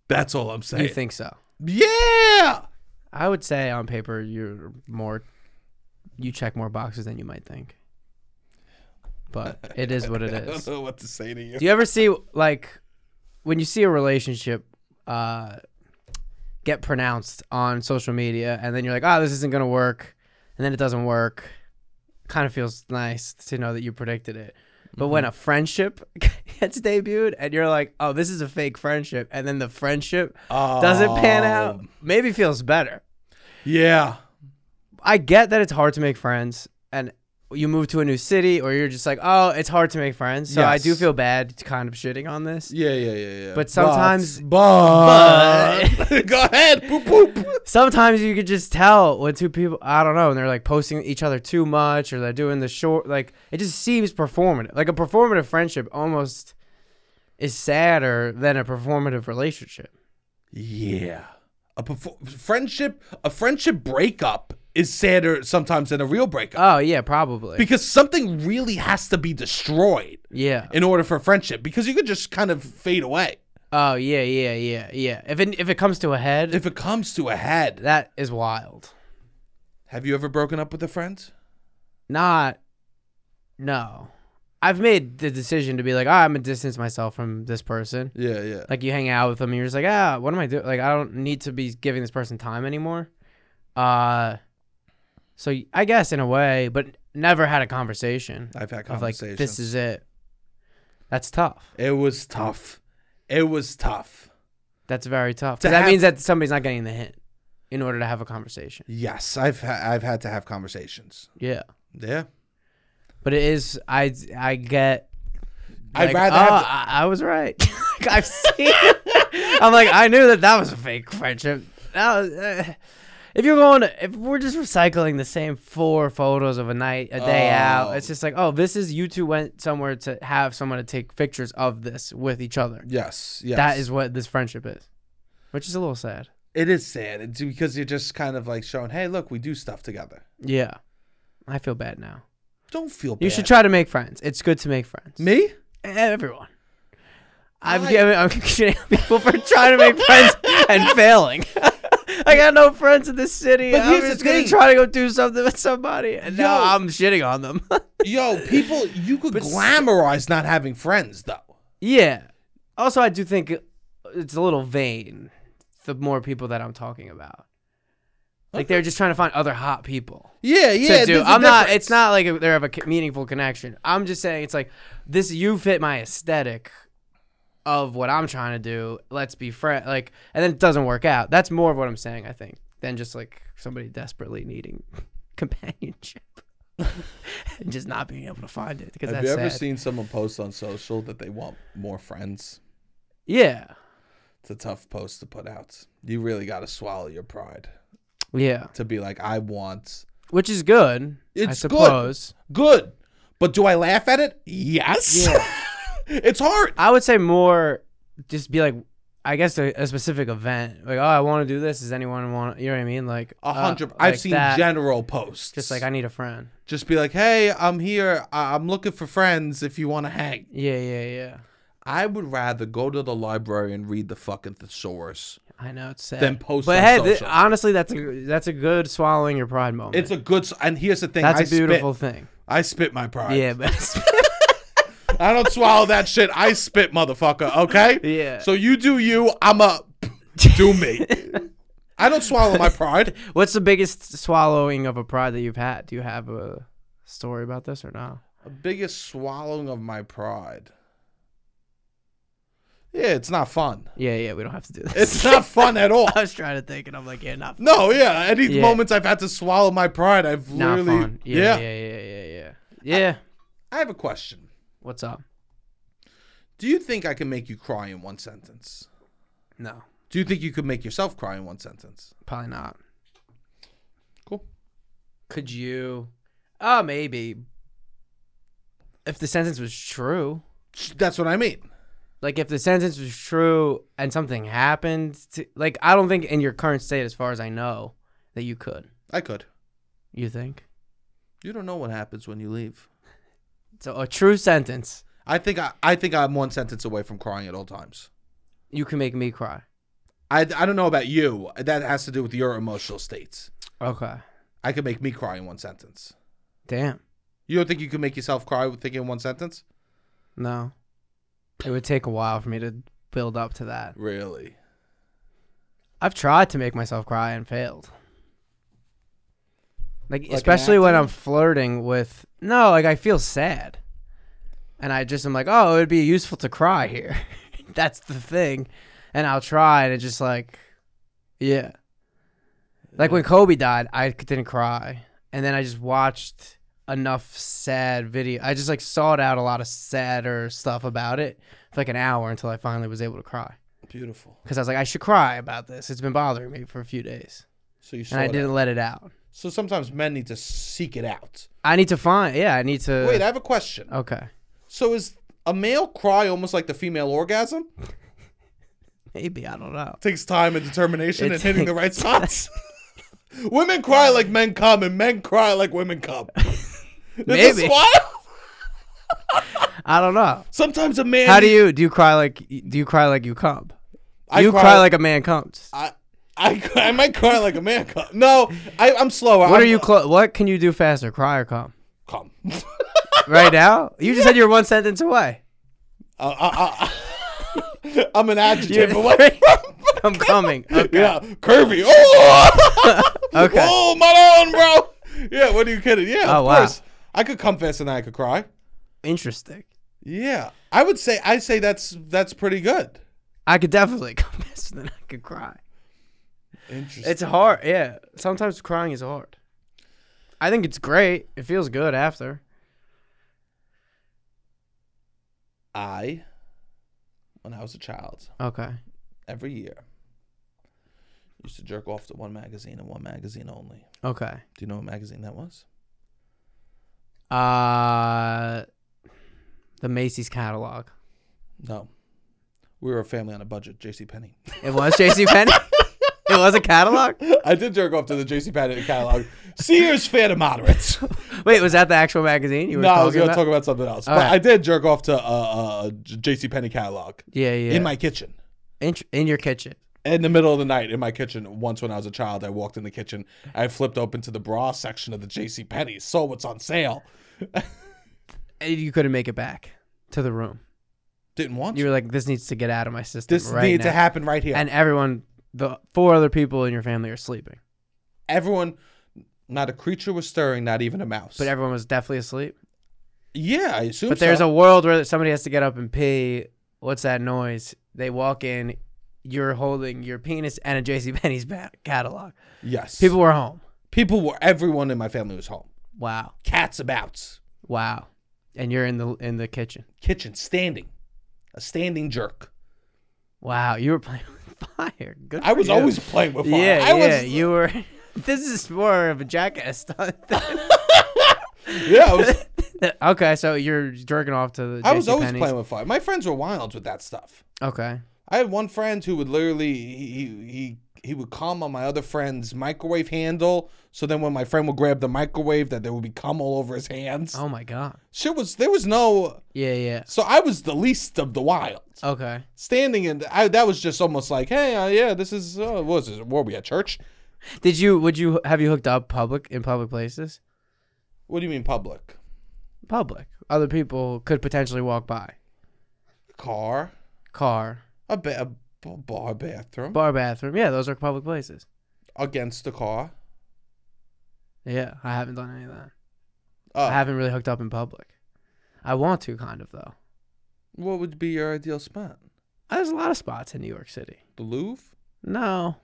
S1: That's all I'm saying.
S2: You think so?
S1: yeah.
S2: I would say on paper you're more. You check more boxes than you might think. But it is what it
S1: I don't
S2: is.
S1: know what to say to you.
S2: Do you ever see like when you see a relationship uh, get pronounced on social media, and then you're like, "Oh, this isn't gonna work," and then it doesn't work. Kind of feels nice to know that you predicted it. But when a friendship gets debuted, and you're like, "Oh, this is a fake friendship," and then the friendship doesn't pan out,
S1: Um,
S2: maybe feels better.
S1: Yeah.
S2: I get that it's hard to make friends, and you move to a new city, or you're just like, "Oh, it's hard to make friends." So I do
S1: Yes.
S2: feel bad, kind of shitting on this.
S1: Yeah, yeah, yeah, yeah.
S2: But sometimes-
S1: but, go ahead, poop, poop.
S2: sometimes you could just tell when two people I don't know, and they're like posting each other too much or they're doing the short like it just seems performative. Like a performative friendship almost is sadder than a performative relationship.
S1: Yeah, a perfor- friendship, a friendship breakup is sadder sometimes than a real breakup
S2: Oh yeah, probably.
S1: because something really has to be destroyed
S2: yeah.
S1: in order for friendship. Because you could just kind of fade away
S2: Oh yeah, yeah, yeah, yeah. If it if it comes to a head,
S1: if it comes to a head.
S2: that is wild.
S1: Have you ever broken up with a friend?
S2: Not no. I've made the decision to be like, "Ah, I'm gonna distance myself from this person.
S1: Yeah, yeah.
S2: like you hang out with them and you're just like ah what am i doing like i don't need to be giving this person time anymore uh so y- i guess in a way but never had a conversation
S1: I've had
S2: of like
S1: conversations.
S2: this is it that's tough
S1: It was tough. It was tough.
S2: that's very tough 'Cause
S1: To
S2: that
S1: have-
S2: means that somebody's not getting the hint in order to have a conversation
S1: Yes, I've ha- I've had to have conversations.
S2: yeah
S1: Yeah.
S2: but it is i i get
S1: I'd
S2: like,
S1: rather
S2: "Oh,
S1: have
S2: I, I was right Like, i've seen i'm like i knew that that was a fake friendship that was, eh. if you're going to, if we're just recycling the same four photos of a night a day
S1: Oh.
S2: out it's just like oh this is you two went somewhere to have someone to take pictures of this with each other
S1: Yes, yes.
S2: that is what this friendship is which is a little sad
S1: it is sad. It's because you're just kind of like showing, hey, look, we do stuff together.
S2: yeah i feel bad now
S1: Don't feel bad.
S2: you should try to make friends it's good to make friends
S1: me.
S2: Everyone. I'm
S1: I-
S2: giving I'm shitting on people for trying to make friends and failing. I got no friends in this city.
S1: But
S2: I'm
S1: here's the
S2: just gonna
S1: thing.
S2: try to go do something with somebody, and
S1: Yo.
S2: now I'm shitting on them.
S1: Yo, people, you could
S2: But s-
S1: glamorize not having friends though.
S2: yeah. Also, I do think it's a little vain. The more people that I'm talking about, like they're just trying to find other hot people.
S1: Yeah, yeah.
S2: to do.
S1: there's a
S2: I'm not.
S1: difference.
S2: It's not like they have a co- meaningful connection. I'm just saying it's like this. You fit my aesthetic of what I'm trying to do. Let's be friend. Like, and then it doesn't work out. That's more of what I'm saying. I think than just like somebody desperately needing companionship and just not being able to find it because
S1: Have
S2: that's
S1: you ever
S2: sad.
S1: seen someone post on social that they want more friends?
S2: yeah,
S1: It's a tough post to put out. You really got to swallow your pride
S2: yeah,
S1: to be like, I want
S2: which is good. I
S1: It's good.
S2: suppose.
S1: good, but do I laugh at it? Yes. it's hard.
S2: I would say more just be like. I guess a, a specific event, like oh, I want to do this. Does anyone want? You know what I mean? Like
S1: A
S2: uh,
S1: hundred.
S2: like
S1: I've seen
S2: that.
S1: general posts.
S2: Just like I need a friend.
S1: just be like, hey, I'm here. I- I'm looking for friends. If you want to hang,
S2: Yeah, yeah, yeah.
S1: I would rather go to the library and read the fucking thesaurus.
S2: I know it's sad.
S1: Then post
S2: but
S1: on
S2: hey, thi-
S1: social.
S2: honestly, that's a that's a good swallowing your pride moment.
S1: It's a good. s- And here's the thing.
S2: that's
S1: I
S2: a beautiful
S1: Spit,
S2: thing.
S1: I spit my pride.
S2: Yeah, but
S1: I don't swallow that shit. I spit, motherfucker. Okay.
S2: Yeah.
S1: So you do you. I'm a do me. I don't swallow my pride.
S2: what's the biggest swallowing of a pride that you've had? Do you have a story about this or not?
S1: The biggest swallowing of my pride. Yeah, it's not fun.
S2: Yeah, yeah. We don't have to do this.
S1: It's not fun at all.
S2: I was trying to think, and I'm like, yeah, not fun.
S1: No, yeah. Any
S2: Yeah.
S1: moments I've had to swallow my pride, I've
S2: not
S1: really.
S2: fun.
S1: yeah.
S2: Yeah, yeah, yeah, yeah, yeah. Yeah. yeah.
S1: I have a question.
S2: What's up?
S1: Do you think I can make you cry in one sentence?
S2: No,
S1: Do you think you could make yourself cry in one sentence?
S2: probably not.
S1: Cool.
S2: Could you? Oh, maybe. If the sentence was true.
S1: Sh- That's what I mean.
S2: like if the sentence was true and something happened to, like I don't think in your current state as far as I know that you could.
S1: I could.
S2: You think?
S1: You don't know what happens when you leave.
S2: So a true sentence,
S1: I think I, I think I'm one sentence away from crying at all times.
S2: you can make me cry.
S1: I, I don't know about you. That has to do with your emotional states.
S2: Okay.
S1: I could make me cry in one sentence.
S2: Damn.
S1: You don't think you can make yourself cry with thinking in one sentence?
S2: No. It would take a while for me to build up to that.
S1: Really?
S2: I've tried to make myself cry and failed. Like,
S1: an
S2: especially when
S1: actor?
S2: I'm flirting with no, like I feel sad. And I just am like, "Oh, it would be useful to cry here." That's the thing. And I'll try and it's just like yeah. Like when Kobe died, I didn't cry. And then I just watched enough sad video. I just like sought out a lot of sadder stuff about it for like an hour until I finally was able to cry
S1: Beautiful.
S2: because I was like, I should cry about this. It's been bothering me for a few days,
S1: So you
S2: and I didn't let it out.
S1: So sometimes men need to seek it out.
S2: I need to find. Yeah, I need to.
S1: Wait, I have a question.
S2: okay,
S1: So is a male cry almost like the female orgasm?
S2: maybe I don't know.
S1: takes time and determination
S2: It
S1: and hitting the right spots. women cry like men come, and men cry like women come. Is this
S2: Maybe.
S1: wild?
S2: I don't know.
S1: Sometimes a man.
S2: How do you do? You cry like do you cry like you come?
S1: I
S2: you cry, like a man comes.
S1: I, I, cry- I might cry like a man come. No, I, I'm slower.
S2: What
S1: I'm,
S2: are you? Clo- what can you do faster? Cry or come?
S1: Come.
S2: Right now, you just said you're one sentence away.
S1: I, I, I, Uh, I'm an adjective
S2: You're
S1: away from.
S2: I'm coming. Okay.
S1: Yeah, curvy. Oh,
S2: Okay.
S1: Oh, my own, bro. Yeah, what are you kidding? Yeah,
S2: Oh,
S1: of
S2: wow.
S1: course. I could come faster than I could cry.
S2: Interesting.
S1: Yeah, I would say I say that's that's pretty good.
S2: I could definitely come faster than I could cry.
S1: Interesting.
S2: It's hard. Yeah. Sometimes crying is hard. I think it's great. It feels good after.
S1: I, when I was a child,
S2: Okay.
S1: every year used to jerk off to one magazine and one magazine only.
S2: Okay.
S1: Do you know what magazine that was?
S2: Uh, the Macy's catalog.
S1: No. We were a family on a budget, J.C. Penney.
S2: It was J.C. Penney. it was a catalog.
S1: I did jerk off to the J.C. Penney catalog. Sears fan of moderates.
S2: Wait, was that the actual magazine you were
S1: no, I was
S2: talking
S1: going to
S2: about?
S1: talk about something else,
S2: All
S1: but
S2: right.
S1: I did jerk off to a uh, uh, J.C. Penney catalog
S2: yeah, yeah.
S1: in my kitchen.
S2: in, in your kitchen.
S1: in the middle of the night in my kitchen once when I was a child. I walked in the kitchen. I flipped open to the bra section of the J.C. Penney, saw what's on sale.
S2: And you couldn't make it back to the room.
S1: Didn't want
S2: You
S1: to.
S2: were like, "This needs to get out of my system
S1: This
S2: right
S1: needs
S2: now."
S1: to happen right here.
S2: and everyone, the four other people in your family are sleeping,
S1: everyone, not a creature was stirring, not even a mouse.
S2: but everyone was definitely asleep.
S1: yeah, I assume.
S2: But there's a world where somebody has to get up and pee. What's that noise? They walk in. You're holding your penis and a J.C. Penney's ba- catalog.
S1: yes.
S2: People
S1: People,
S2: were home.
S1: people were. Everyone in my family was home.
S2: Wow,
S1: Cats about,
S2: wow. And you're in the in the kitchen.
S1: kitchen standing, a standing jerk.
S2: Wow, you were playing with fire. Good.
S1: I
S2: for
S1: was
S2: you.
S1: always playing with fire.
S2: Yeah,
S1: I
S2: yeah.
S1: was,
S2: You were. This is more of a jackass stunt.
S1: yeah. I was,
S2: okay, so you're jerking off to the.
S1: I was
S2: JC
S1: always
S2: Penney's.
S1: playing with fire. My friends were wild with that stuff.
S2: Okay.
S1: I had one friend who would literally he he he- he would cum on my other friend's microwave handle. So then when my friend would grab the microwave, that there would be cum all over his hands.
S2: Oh my god.
S1: Shit was there was no.
S2: Yeah, yeah.
S1: So I was the least of the wild.
S2: Okay.
S1: Standing in, I, that was just almost like, hey, uh, yeah, this is uh, what was this? Were we at church?
S2: Did you? Would you have you hooked up public in public places?
S1: What do you mean public?
S2: public. Other people could potentially walk by.
S1: Car,
S2: Car,
S1: a, ba- a b- bar bathroom
S2: bar, bathroom. Yeah, those are public places.
S1: against the car.
S2: Yeah, I haven't done any of that.
S1: Uh,
S2: I haven't really hooked up in public. I want to, kind of though.
S1: what would be your ideal spot?
S2: There's a lot of spots in New York City.
S1: The Louvre.
S2: No.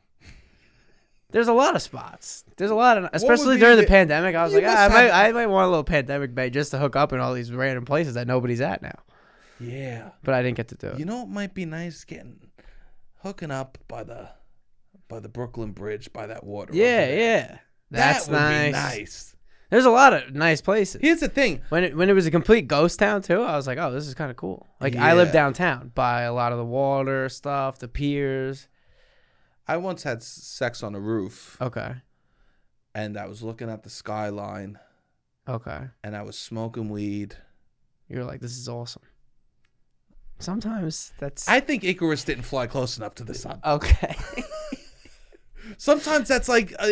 S2: There's a lot of spots. There's a lot of,
S1: would
S2: especially
S1: be
S2: during the,
S1: the-
S2: pandemic. I was
S1: You
S2: like,
S1: must
S2: ah, I might,
S1: have-
S2: I might want a little pandemic bait just to hook up in all these random places that nobody's at now.
S1: Yeah.
S2: But I didn't get to do it.
S1: You know, it might be nice getting hooking up by the by the Brooklyn Bridge by that water. over
S2: yeah,
S1: there.
S2: yeah.
S1: That
S2: That's
S1: would
S2: nice.
S1: Be nice.
S2: There's a lot of nice places.
S1: Here's the thing.
S2: When it, when it was a complete ghost town too, I was like, oh, this is kind of cool. Like I live
S1: Yeah.
S2: downtown by a lot of the water stuff, the piers.
S1: I once had s- sex on a roof,
S2: Okay,
S1: and I was looking at the skyline,
S2: okay.
S1: and I was smoking weed.
S2: You're like, this is awesome. Sometimes that's
S1: I think Icarus didn't fly close enough to the sun.
S2: okay.
S1: Sometimes that's like uh,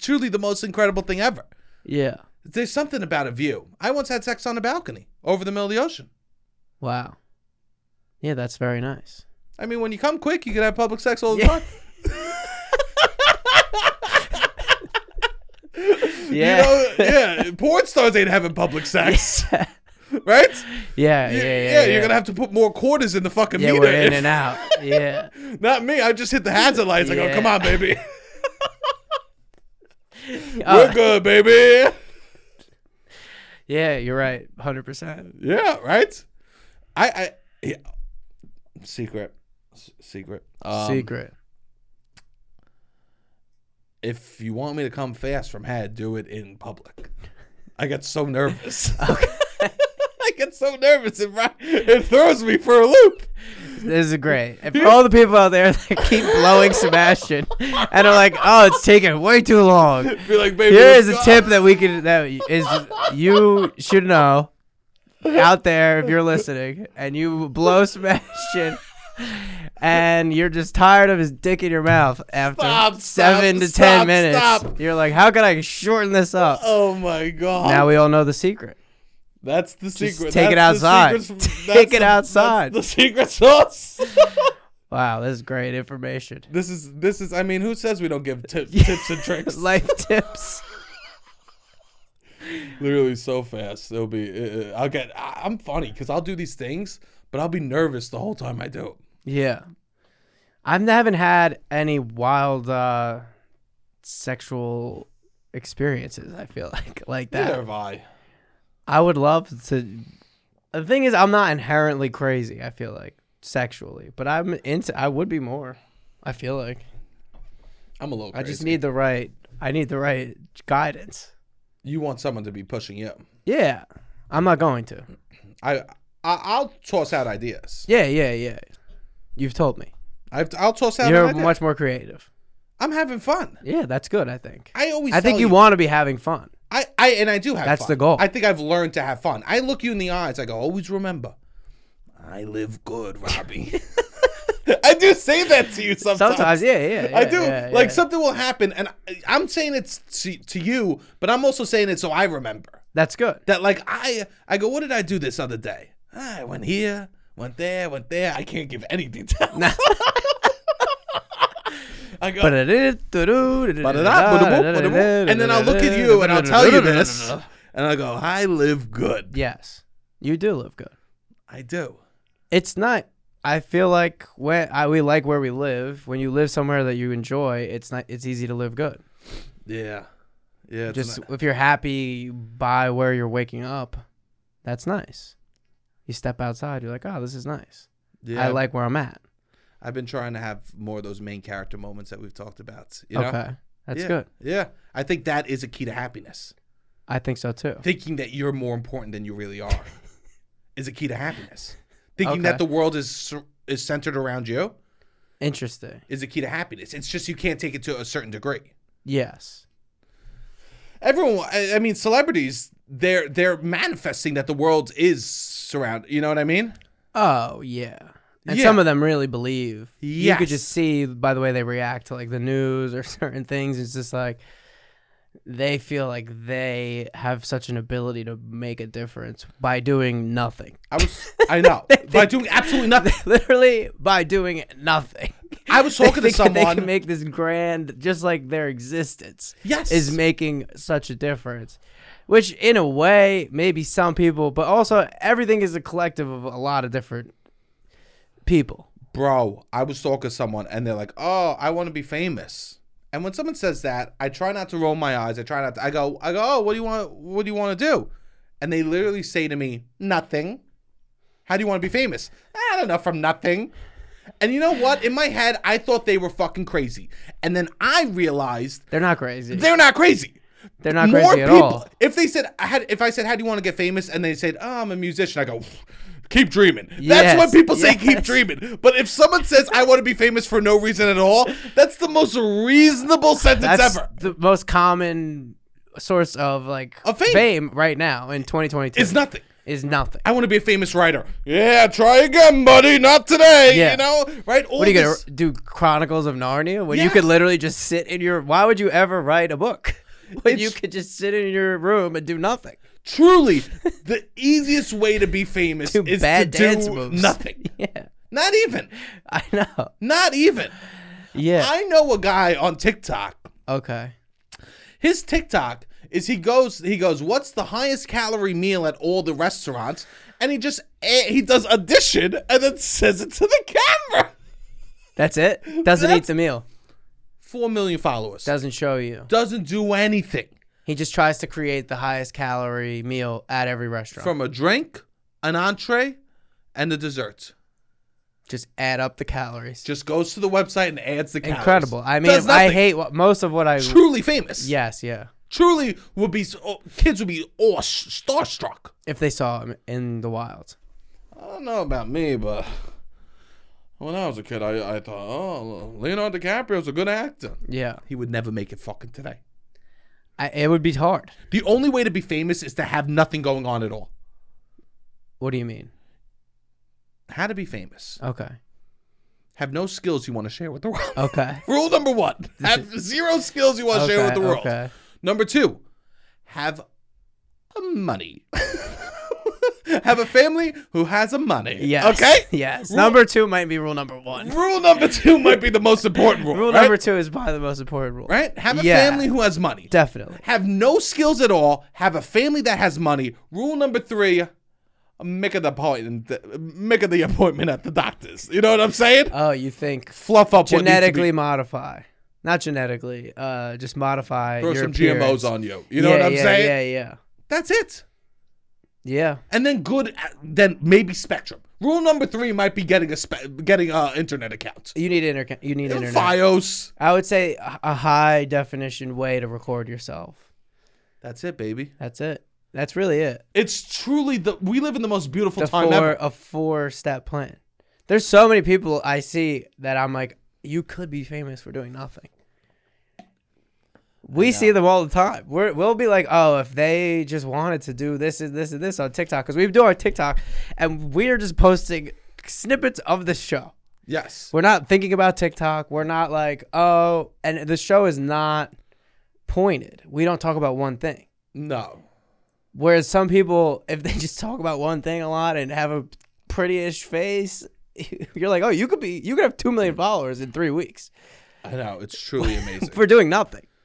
S1: truly the most incredible thing ever.
S2: yeah.
S1: There's something about a view. I once had sex on a balcony over the middle of the ocean.
S2: Wow. Yeah, that's very nice.
S1: I mean, when you come quick, you can have public sex all the
S2: Yeah.
S1: time.
S2: Yeah.
S1: You know, yeah. Porn stars ain't having public sex, right?
S2: Yeah, yeah, yeah.
S1: You-
S2: Yeah,
S1: you're gonna have to put more quarters in the fucking
S2: Yeah,
S1: meter.
S2: we're in
S1: if-
S2: and out. Yeah.
S1: Not me. I just hit the hazard lights. I go,
S2: Yeah.
S1: come on, baby. We're
S2: Oh,
S1: good, baby.
S2: yeah, you're right. Hundred percent.
S1: Yeah, right. I, I yeah. secret, S- secret, um,
S2: Secret.
S1: If you want me to come fast from head, do it in public. I get so nervous. I get so nervous. It, ri- it throws me for a loop.
S2: This is great. And for all the people out there that keep blowing Sebastian and are like, "Oh, it's taking way too long."
S1: Be like, baby,
S2: Here
S1: let's
S2: is a
S1: go."
S2: tip that we could that is you should know out there if you're listening and you blow Sebastian and you're just tired of his dick in your mouth after
S1: Stop,
S2: seven
S1: stop,
S2: to ten
S1: stop,
S2: minutes.
S1: stop.
S2: You're like, how can I shorten this up?
S1: Oh my god!
S2: Now we all know the secret.
S1: that's the secret.
S2: take it
S1: That's the
S2: outside.
S1: secret s-
S2: Take
S1: that's
S2: it
S1: the-
S2: outside.
S1: That's the secret sauce.
S2: Wow, this is great information.
S1: this is this is. I mean, who says we don't give tip, tips and tricks?
S2: Life tips.
S1: literally so fast. It'll be. Uh, I'll get. I, I'm funny because I'll do these things, but I'll be nervous the whole time I do. it.
S2: Yeah. I haven't had any wild uh sexual experiences, I feel like like that.
S1: Neither have I.
S2: I would love to. The thing is, I'm not inherently crazy. I feel like sexually, but I'm into. I would be more. I feel like
S1: I'm a little.
S2: I
S1: Crazy.
S2: just need the right. I need the right guidance.
S1: You want someone to be pushing you.
S2: Yeah, I'm not going to.
S1: I. I I'll toss out ideas.
S2: Yeah, yeah, yeah. You've told me
S1: I've, I'll toss out. an
S2: you're
S1: idea.
S2: much more creative.
S1: I'm having fun.
S2: Yeah, that's good. I think.
S1: I always.
S2: I think
S1: tell
S2: you
S1: you
S2: want to be having fun.
S1: I, I and I do have
S2: That's
S1: fun.
S2: the goal.
S1: I think I've learned to have fun. I look you in the eyes, I go, always remember. I live good, Robbie. I do say that to you sometimes.
S2: Sometimes, yeah, yeah.
S1: I
S2: yeah,
S1: do.
S2: yeah,
S1: like
S2: yeah.
S1: something will happen and I, I'm saying it's to, to you, but I'm also saying it so I remember.
S2: That's good.
S1: That like I I go, what did I do this other day? "Ah, I went here, went there, went there. I can't give any details. I go,
S2: And
S1: and then I'll look at you and I'll tell you this, and I'll go, I live good.
S2: Yes, you do live good.
S1: I do.
S2: It's not. I feel like when I, we like where we live. When you live somewhere that you enjoy, it's not. It's easy to live good.
S1: Yeah. Yeah. It's
S2: Just
S1: not-
S2: if you're happy by where you're waking up, that's nice. You step outside, you're like, oh, this is nice.
S1: yeah.
S2: I like where I'm at.
S1: I've been trying to have more of those main character moments that we've talked about. You know?
S2: Okay, that's
S1: yeah.
S2: good.
S1: Yeah. I think that is a key to happiness.
S2: I think so too.
S1: Thinking that you're more important than you really are is a key to happiness. Thinking
S2: Okay.
S1: that the world is sur- is centered around you
S2: Interesting.
S1: is a key to happiness. It's just you can't take it to a certain degree.
S2: Yes.
S1: everyone I, I mean celebrities they're they're manifesting that the world is surround you know what i mean
S2: Oh yeah. And
S1: Yeah.
S2: some of them really believe. You
S1: Yes.
S2: could just see by the way they react to like the news or certain things. It's just like they feel like they have such an ability to make a difference by doing nothing.
S1: i was i know by doing absolutely nothing
S2: Literally by doing nothing.
S1: i was
S2: They
S1: talking to
S2: think that They
S1: someone
S2: can make this grand, just like their existence
S1: yes
S2: is making such a difference. Which, in a way, maybe some people, but also everything is a collective of a lot of different people.
S1: bro i was talking to someone and they're like oh i want to be famous and when someone says that i try not to roll my eyes i try not to i go i go oh what do you want what do you want to do and they literally say to me nothing how do you want to be famous i don't know from nothing and you know what in my head i thought they were fucking crazy and then i realized
S2: They're not crazy.
S1: They're not crazy.
S2: They're not
S1: More
S2: crazy at
S1: people-
S2: all.
S1: If they said, I had, if I said, how do you want to get famous? And they said, oh, I'm a musician. I go, keep dreaming. That's when
S2: Yes,
S1: people say keep
S2: yes.
S1: dreaming. But if someone says, I want to be famous for no reason at all, that's the most reasonable sentence
S2: That's
S1: ever.
S2: the most common source of like
S1: Of fame.
S2: right now in 2022
S1: It's nothing.
S2: is nothing.
S1: I want to be a famous writer. Yeah, try again, buddy. Not today.
S2: Yeah.
S1: You know, right? All
S2: What are you gonna
S1: this-
S2: do? Chronicles of Narnia? When
S1: Yeah.
S2: you could literally just sit in your. Why would you ever write a book? When you
S1: It's-
S2: could just sit in your room and do nothing.
S1: Truly, the easiest way to be famous
S2: Do
S1: is
S2: bad
S1: to
S2: dance
S1: do
S2: moves.
S1: nothing.
S2: Yeah,
S1: Not even.
S2: I know.
S1: Not even.
S2: Yeah.
S1: I know a guy on TikTok
S2: okay.
S1: his TikTok is he goes he goes what's the highest calorie meal at all the restaurants and he just eh, he does addition and then says it to the camera.
S2: That's it. Doesn't
S1: That's-
S2: eat the meal.
S1: Four million followers
S2: Doesn't show you.
S1: doesn't do anything
S2: He just tries to create the highest calorie meal at every restaurant.
S1: from a drink, an entree, and the dessert.
S2: just add up the calories.
S1: Just goes to the website and adds the calories.
S2: Incredible. I mean,
S1: Does
S2: I
S1: nothing.
S2: hate what, most of what I.
S1: truly famous.
S2: Yes, yeah.
S1: truly would be s- oh, kids would be aw- starstruck.
S2: If they saw him in the wild.
S1: I don't know about me, but when I was a kid, I, I thought, oh, Leonardo DiCaprio's a good actor.
S2: Yeah.
S1: He would never make it fucking today.
S2: I, it would be hard.
S1: The only way to be famous is to have nothing going on at all.
S2: What do you mean?
S1: How to be famous.
S2: Okay.
S1: Have no skills you want to share with the world.
S2: Okay.
S1: Rule number one have zero skills you want to share with the world.
S2: Okay.
S1: Number two, have a money. have a family who has a money.
S2: Yes.
S1: Okay?
S2: Yes.
S1: Rule-
S2: number two might be rule number one.
S1: Rule number two might be the most important rule.
S2: Rule
S1: right?
S2: number two is probably the most important rule.
S1: right? Have a
S2: Yeah.
S1: family who has money.
S2: Definitely.
S1: Have no skills at all. Have a family that has money. Rule number three: make the appointment. Make the appointment at the doctor's. You know what I'm saying?
S2: Oh, you think
S1: Fluff up what needs to be-
S2: genetically modify? Not genetically. Uh, just modify.
S1: Throw
S2: your
S1: some
S2: appearance.
S1: GMOs on you. You know
S2: Yeah,
S1: what I'm
S2: yeah,
S1: saying?
S2: Yeah. Yeah.
S1: That's it.
S2: Yeah.
S1: And then good. Then maybe Spectrum. Rule number three might be getting a spe- getting a internet account.
S2: You need internet. You need internet.
S1: FiOS.
S2: I would say a a high definition way to record yourself.
S1: That's it, baby.
S2: That's it. That's really it.
S1: It's truly the. We live in the most beautiful
S2: The
S1: time
S2: four
S1: ever.
S2: a four step plan. There's so many people I see that I'm like, you could be famous for doing nothing. We see them all the time. We're, we'll be like, oh, if they just wanted to do this and this and this on TikTok, because we do our TikTok, and we're just posting snippets of the show.
S1: Yes.
S2: We're not thinking about TikTok. We're not like, oh, and the show is not pointed. We don't talk about one thing.
S1: No.
S2: Whereas some people, if they just talk about one thing a lot and have a prettyish face, you're like, oh, you could be, you could have two million followers in three weeks
S1: I know. It's truly amazing.
S2: for doing nothing.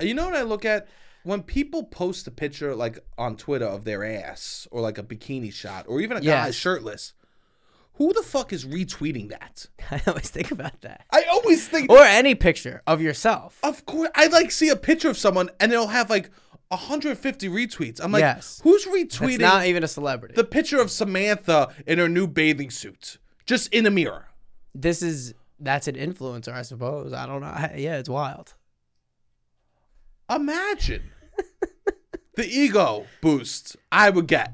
S1: You know what I look at? When people post a picture like on Twitter of their ass or like a bikini shot or even a guy
S2: Yes.
S1: shirtless, who the fuck is retweeting that?
S2: I always think about that.
S1: I always think
S2: Or any picture of yourself.
S1: of course I like see a picture of someone and they'll have like 150 retweets. I'm like,
S2: Yes.
S1: who's
S2: It's
S1: retweeting
S2: not even a celebrity.
S1: the picture of Samantha in her new bathing suit? Just in a mirror.
S2: this is that's an influencer, I suppose. I don't know. I- yeah, it's wild.
S1: Imagine the ego boost I would get.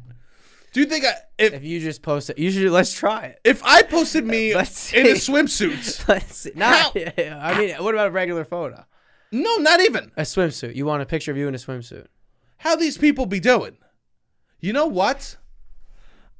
S1: Do you think I if
S2: If you just post it, you should. Let's try it.
S1: if I posted me in a
S2: Let's see.
S1: swimsuit?
S2: Let's see.
S1: How?
S2: Not, I mean, what about a regular photo?
S1: No, not even.
S2: A swimsuit. You want a picture of you in a swimsuit?
S1: How these people be doing? You know what?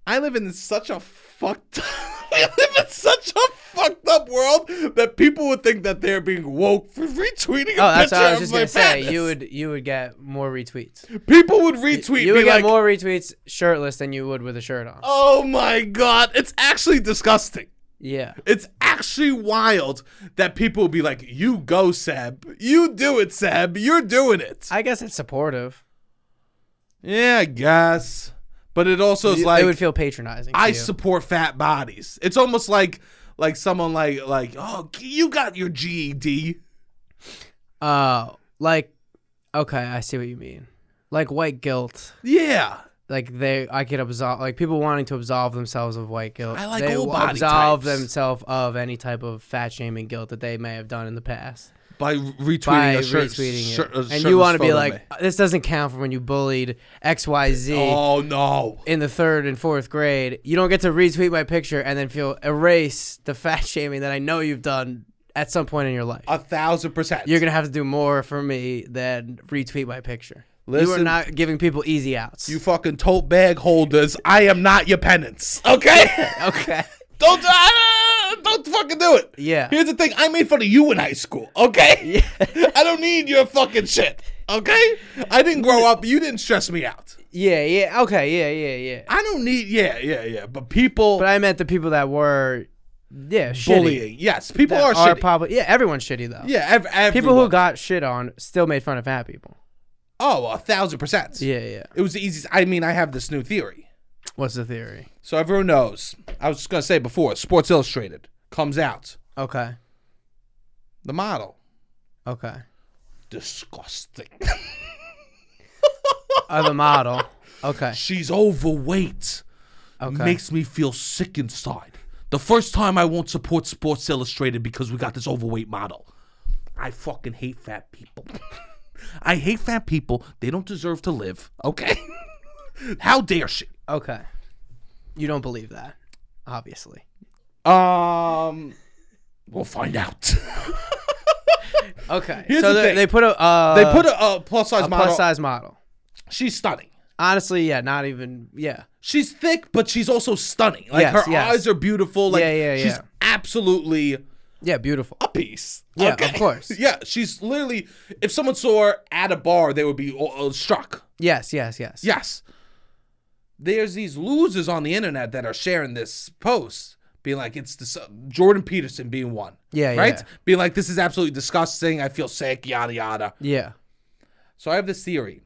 S1: I live in such a fucked I live in such a fucked up world that people would think that they're being woke for retweeting a
S2: Oh, that's
S1: picture
S2: what I was
S1: of
S2: just
S1: my
S2: gonna say. You
S1: fatness.
S2: would you would get more retweets.
S1: people would retweet
S2: you
S1: me
S2: would get
S1: like,
S2: more retweets shirtless than you would with a shirt on.
S1: "Oh my god, it's actually disgusting."
S2: Yeah.
S1: It's actually wild that people would be like, "You go, Seb. You do it, Seb. You're doing it."
S2: I guess it's supportive.
S1: yeah, I guess. But it also is
S2: You-
S1: like
S2: it would feel patronizing. to
S1: I
S2: you.
S1: support fat bodies. It's almost like like someone like like oh you got your E GED.
S2: Oh, like okay, I see what you mean. Like white guilt.
S1: Yeah,
S2: Like they I could absolve like people wanting to absolve themselves of white guilt.
S1: I like
S2: they
S1: all
S2: will
S1: body
S2: absolve
S1: types.
S2: themselves of any type of fat shaming guilt that they may have done in the past.
S1: by retweeting
S2: by
S1: a shirt,
S2: retweeting
S1: shirt-
S2: it.
S1: a
S2: and
S1: shirtless
S2: you want to be
S1: photo of
S2: like,
S1: me.
S2: this doesn't count for when you bullied X Y Z
S1: oh no,
S2: in the third and fourth grade. You don't get to retweet my picture and then feel erase the fat shaming that I know you've done at some point in your life.
S1: a thousand percent.
S2: You're gonna have to do more for me than retweet my picture. you
S1: Listen-
S2: are not giving people easy outs.
S1: you fucking tote bag holders. I am not your penance. Okay,
S2: okay.
S1: don't do- ah, don't fucking do it.
S2: Yeah.
S1: Here's the thing. I made fun of you in high school. Okay. I don't need your fucking shit. Okay. I didn't grow up. You didn't stress me out.
S2: Yeah, yeah, okay, yeah, yeah, yeah.
S1: I don't need. Yeah, yeah, yeah. But people
S2: But I meant the people that were, yeah, shitty.
S1: bullying. Yes, people are,
S2: That are
S1: shitty.
S2: probably yeah, everyone's shitty though.
S1: yeah, ev-
S2: people
S1: everyone.
S2: who got shit on still made fun of fat people.
S1: Oh, a thousand percent.
S2: Yeah, yeah.
S1: It was the easiest. I mean, I have this new theory.
S2: What's the theory?
S1: So everyone knows. I was just gonna say before Sports Illustrated comes out,
S2: Okay,
S1: the model
S2: okay.
S1: disgusting.
S2: Of the model. Okay,
S1: She's overweight.
S2: okay.
S1: Makes me feel sick inside. The first time I won't support Sports Illustrated because we got this overweight model. I fucking hate fat people. I hate fat people. They don't deserve to live. Okay. How dare she?
S2: okay. You don't believe that, obviously.
S1: Um, we'll find out.
S2: Okay.
S1: Here's
S2: so
S1: the
S2: they,
S1: thing.
S2: they put a uh,
S1: they put a, plus size
S2: a
S1: model.
S2: plus size model.
S1: She's stunning.
S2: Honestly, yeah, not even yeah.
S1: She's thick, but she's also stunning. Like
S2: Yes,
S1: her
S2: yes.
S1: eyes are beautiful. Like
S2: Yeah, yeah,
S1: she's
S2: yeah.
S1: absolutely
S2: Yeah, beautiful.
S1: a piece.
S2: Yeah, of course.
S1: yeah, she's literally. If someone saw her at a bar, they would be uh, uh, struck.
S2: Yes, yes, yes.
S1: Yes. There's these losers on the internet that are sharing this post, being like, "It's this, uh, Jordan Peterson being one."
S2: Yeah,
S1: Right.
S2: yeah.
S1: Being like, "This is absolutely disgusting. I feel sick. Yada yada."
S2: Yeah.
S1: So I have this theory.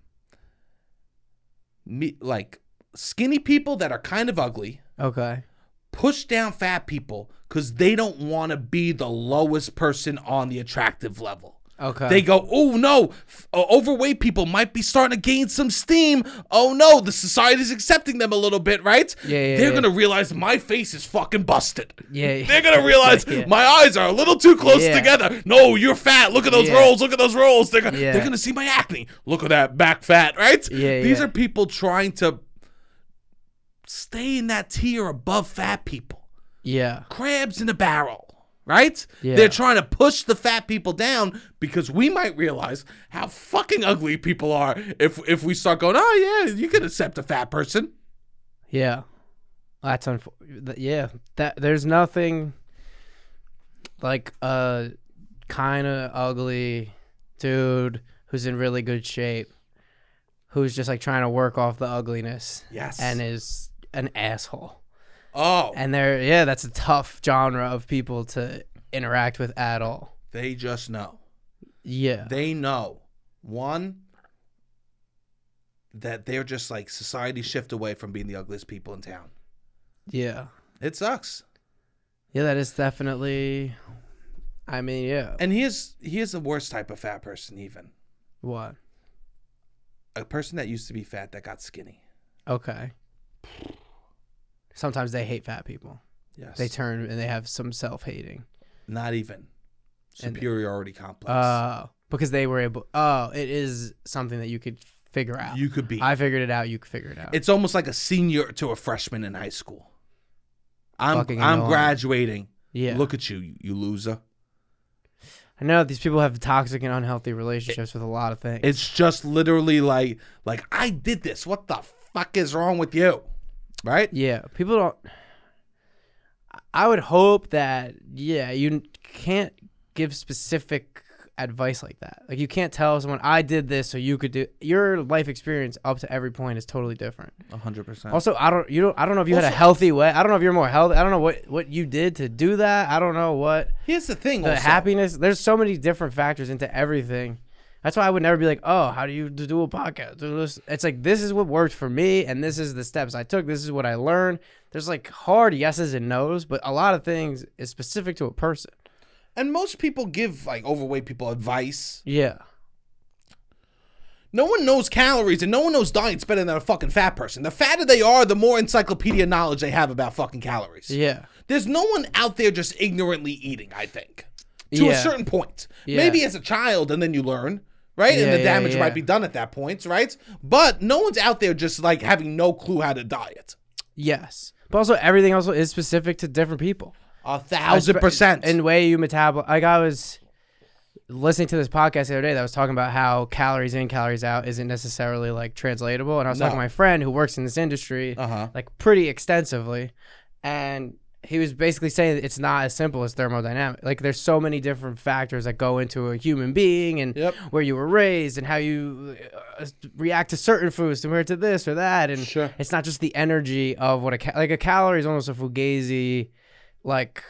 S1: Me, like skinny people that are kind of ugly
S2: Okay.
S1: push down fat people because they don't want to be the lowest person on the attractive level.
S2: Okay.
S1: They go, oh no, f- uh, overweight people might be starting to gain some steam. Oh no, the society's accepting them a little bit, right?
S2: Yeah, yeah,
S1: They're
S2: yeah.
S1: gonna realize my face is fucking busted.
S2: Yeah, yeah.
S1: They're gonna realize
S2: Yeah.
S1: my eyes are a little too close
S2: Yeah.
S1: together. No, you're fat. Look at those
S2: Yeah.
S1: rolls. Look at those rolls. They're, gonna
S2: Yeah.
S1: they're gonna see my acne. Look at that back fat, right?
S2: Yeah,
S1: These
S2: yeah.
S1: are people trying to stay in that tier above fat people
S2: yeah.
S1: crabs in a barrel, right?
S2: Yeah.
S1: They're trying to push the fat people down because we might realize how fucking ugly people are if if we start going, oh yeah, you can accept a fat person.
S2: Yeah. That's unfortunate. Yeah. That there's nothing like a kind of ugly dude who's in really good shape who's just like trying to work off the ugliness
S1: Yes.
S2: and is an asshole.
S1: Oh,
S2: And they're yeah, that's a tough genre of people to interact with at all.
S1: they just know.
S2: Yeah.
S1: They know one that they're just like society shift away from being the ugliest people in town.
S2: yeah.
S1: It sucks.
S2: Yeah, that is definitely I mean, yeah.
S1: And here's here's the worst type of fat person even.
S2: What?
S1: A person that used to be fat that got skinny.
S2: Okay. Sometimes they hate fat people.
S1: Yes.
S2: They turn and they have some self hating.
S1: Not even.
S2: And-
S1: Superiority complex.
S2: Uh, because they were able. Oh, it is something that you could figure out.
S1: you could be.
S2: I figured it out. You could figure it out.
S1: it's almost like a senior to a freshman in high school. I'm
S2: Fucking
S1: I'm
S2: annoying.
S1: graduating.
S2: yeah.
S1: Look at you, you loser.
S2: I know these people have toxic and unhealthy relationships with a lot of things.
S1: It's just literally like like I did this. What the fuck is wrong with you? Right?
S2: yeah. People don't. I would hope that yeah you can't give specific advice like that. Like you can't tell someone I did this so you could do. Your life experience up to every point is totally different.
S1: hundred percent.
S2: Also, I don't you don't I don't know if you had a
S1: Also-
S2: healthy way. I don't know if you're more healthy. I don't know what what you did to do that. I don't know what
S1: Here's the thing.
S2: the
S1: also.
S2: happiness. There's so many different factors into everything. That's why I would never be like, oh, how do you d- do a podcast? Do this. It's like this is what worked for me, and this is the steps I took. This is what I learned. There's like hard yeses and nos, but a lot of things is specific to a person.
S1: and most people give like overweight people advice.
S2: Yeah,
S1: No one knows calories and no one knows diets better than a fucking fat person. The fatter they are, the more encyclopedia knowledge they have about fucking calories.
S2: yeah.
S1: There's no one out there just ignorantly eating, I think. to a
S2: Yeah.
S1: certain point.
S2: Yeah.
S1: Maybe as a child, and then you learn, right? and
S2: Yeah,
S1: the
S2: yeah,
S1: damage
S2: yeah.
S1: might be done at that point, right? But no one's out there just like having no clue how to diet.
S2: Yes. But also everything also is specific to different people.
S1: A thousand
S2: Espe-
S1: percent.
S2: And way you metabolize. Like I was listening to this podcast the other day that was talking about how calories in, calories out isn't necessarily like translatable. And I was talking to
S1: No.
S2: my friend who works in this industry
S1: uh-huh.
S2: like pretty extensively, and he was basically saying that it's not as simple as thermodynamic. Like there's so many different factors that go into a human being and
S1: Yep.
S2: where you were raised and how you uh, react to certain foods compared to this or that, and
S1: Sure.
S2: it's not just the energy of what a ca- like a calorie is almost a fugazi like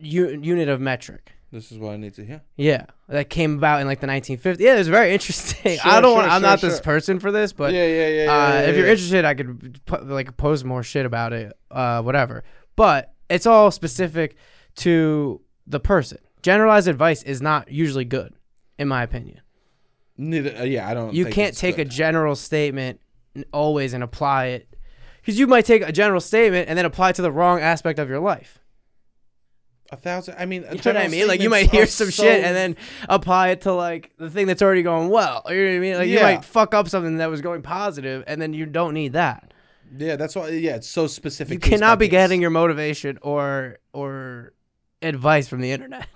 S2: u- unit of metric.
S1: This is what I need to hear.
S2: Yeah, that came about in like the 1950s. Yeah, it was very interesting.
S1: Sure,
S2: I don't.
S1: sure,
S2: want I'm
S1: sure,
S2: not this
S1: sure.
S2: person for this, but
S1: yeah, yeah, yeah.
S2: uh, if
S1: Eh.
S2: you're interested, I could po- like post more shit about it, uh, whatever. But it's all specific to the person. Generalized advice is not usually good, in my opinion.
S1: Neither, uh, yeah, I don't.
S2: You
S1: think
S2: can't
S1: it's
S2: take a
S1: good.
S2: general statement n- always and apply it, because you might take a general statement and then apply it to the wrong aspect of your life.
S1: a thousand. I mean,
S2: You know what I mean? Like you might hear some shit and then apply it to like the thing that's already going well. You know what I mean? Like you
S1: Yeah.
S2: might fuck up something that was going positive, and then you don't need that.
S1: yeah, that's why. Yeah, it's so specific.
S2: you
S1: case by
S2: cannot be
S1: case.
S2: getting your motivation or or advice from the internet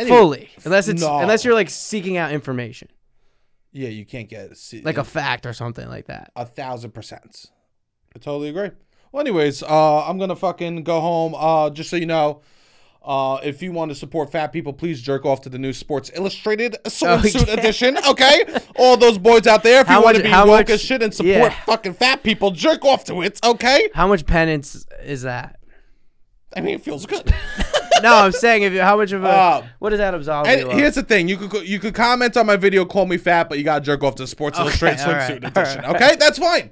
S1: Anyway,
S2: fully unless it's
S1: no.
S2: unless you're like seeking out information
S1: Yeah, you can't get see,
S2: like a fact or something like that
S1: a thousand percent. I totally agree. Well, anyways, uh, I'm gonna fucking go home. Uh, just so you know, uh, if you want to support fat people, please jerk off to the new Sports Illustrated swimsuit
S2: yeah.
S1: edition. Okay, all those boys out there, if
S2: How
S1: you want to
S2: much-
S1: be
S2: how
S1: woke
S2: much-
S1: as shit and support
S2: yeah.
S1: fucking fat people, jerk off to it. Okay,
S2: how much penance is that
S1: I mean it feels good.
S2: no i'm saying if you how much of a
S1: Uh,
S2: what does that absolve
S1: And
S2: you of?
S1: here's the thing: you could you could comment on my video, call me fat, but you gotta jerk off to Sports Illustrated
S2: all
S1: swimsuit
S2: right, all
S1: edition. Okay, that's fine.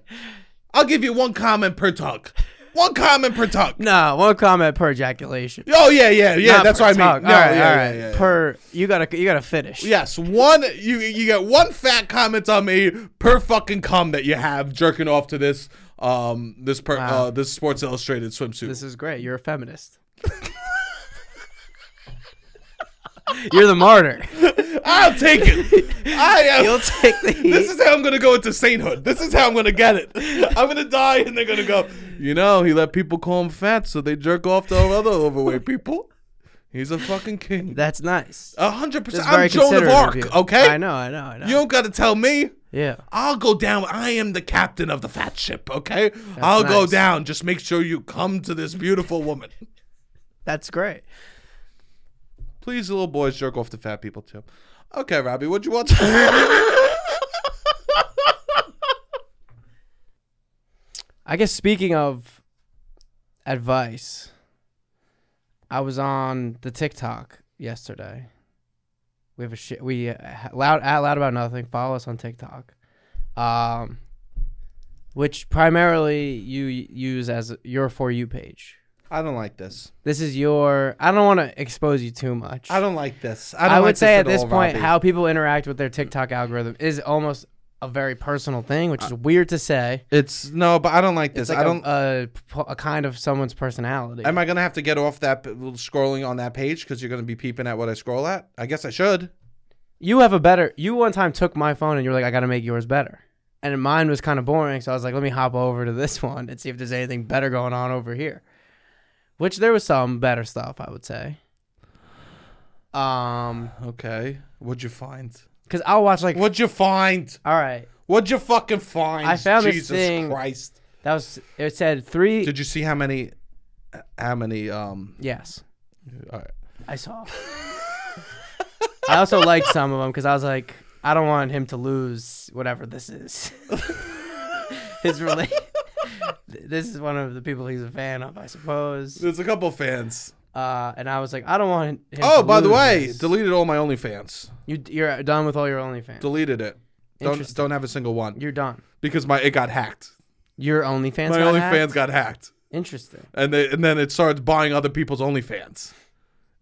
S1: I'll give you one comment per tug. One comment per tug.
S2: no one comment per ejaculation
S1: Oh yeah, yeah, yeah.
S2: Not
S1: that's
S2: per
S1: what I mean.
S2: tongue.
S1: No,
S2: all right,
S1: yeah,
S2: all
S1: yeah,
S2: right.
S1: yeah, yeah.
S2: per you gotta you gotta finish
S1: Yes, one you you get one fat comment on me per fucking cum that you have jerking off to this um this per
S2: Wow.
S1: uh, this Sports Illustrated swimsuit.
S2: this is great you're a feminist you're the martyr
S1: I'll take it. I am.
S2: you'll take the heat
S1: This is how I'm gonna go into sainthood. This is how I'm gonna get it. I'm gonna die, and they're gonna go. You know, he let people call him fat, so they jerk off to all other overweight people. He's a fucking king.
S2: That's nice.
S1: A hundred percent.
S2: That's very
S1: I'm Joan of
S2: considerate
S1: Arc.
S2: you.
S1: Okay,
S2: I know, I know, I know.
S1: you don't gotta tell me.
S2: yeah.
S1: I'll go down. I am the captain of the fat ship. Okay, I'll go
S2: nice.
S1: down. Just make sure you come to this beautiful woman.
S2: That's great.
S1: Please, little boys, jerk off to fat people too. Okay, Robbie, what'd you want? to-
S2: I guess speaking of advice, I was on the TikTok yesterday. We have a shit. We uh, ha- loud at loud about nothing. Follow us on TikTok, um, which primarily you use as your for you page.
S1: I don't like this.
S2: This is your. I don't want to expose you too much.
S1: I don't like this. I, don't
S2: I
S1: like
S2: would say at
S1: all,
S2: this point,
S1: Robbie.
S2: how people interact with their TikTok algorithm is almost a very personal thing, which is weird to say.
S1: It's no, but I don't like
S2: It's
S1: this.
S2: like
S1: I don't.
S2: a, a, a kind of someone's personality.
S1: am I gonna have to get off that p- scrolling on that page because you're gonna be peeping at what I scroll at? I guess I should.
S2: you have a better. You one time took my phone and you were like, "I got to make yours better," and mine was kind of boring, so I was like, "Let me hop over to this one and see if there's anything better going on over here." Which there was some better stuff, I would say. Um,
S1: Okay. What'd you find?
S2: because I'll watch like,
S1: What'd you find?
S2: all right,
S1: What'd you fucking find?
S2: I found this
S1: Jesus
S2: thing-
S1: Christ.
S2: that was it. Said three.
S1: Did you see how many? How many? Um.
S2: yes.
S1: all right.
S2: I saw. I also liked some of them because I was like, I don't want him to lose whatever this is. His really. this is one of the people he's a fan of, I suppose.
S1: There's a couple fans.
S2: Uh, and I was like, I don't want. Him
S1: Oh,
S2: to
S1: by the
S2: lose
S1: way,
S2: this.
S1: deleted all my OnlyFans.
S2: you you're done with all your OnlyFans.
S1: Deleted it. Don't
S2: Interesting.
S1: don't have a single one
S2: you're done.
S1: because my it got hacked.
S2: Your OnlyFans.
S1: My
S2: got
S1: OnlyFans
S2: hacked?
S1: got hacked,
S2: Interesting.
S1: and they, and then it started buying other people's OnlyFans.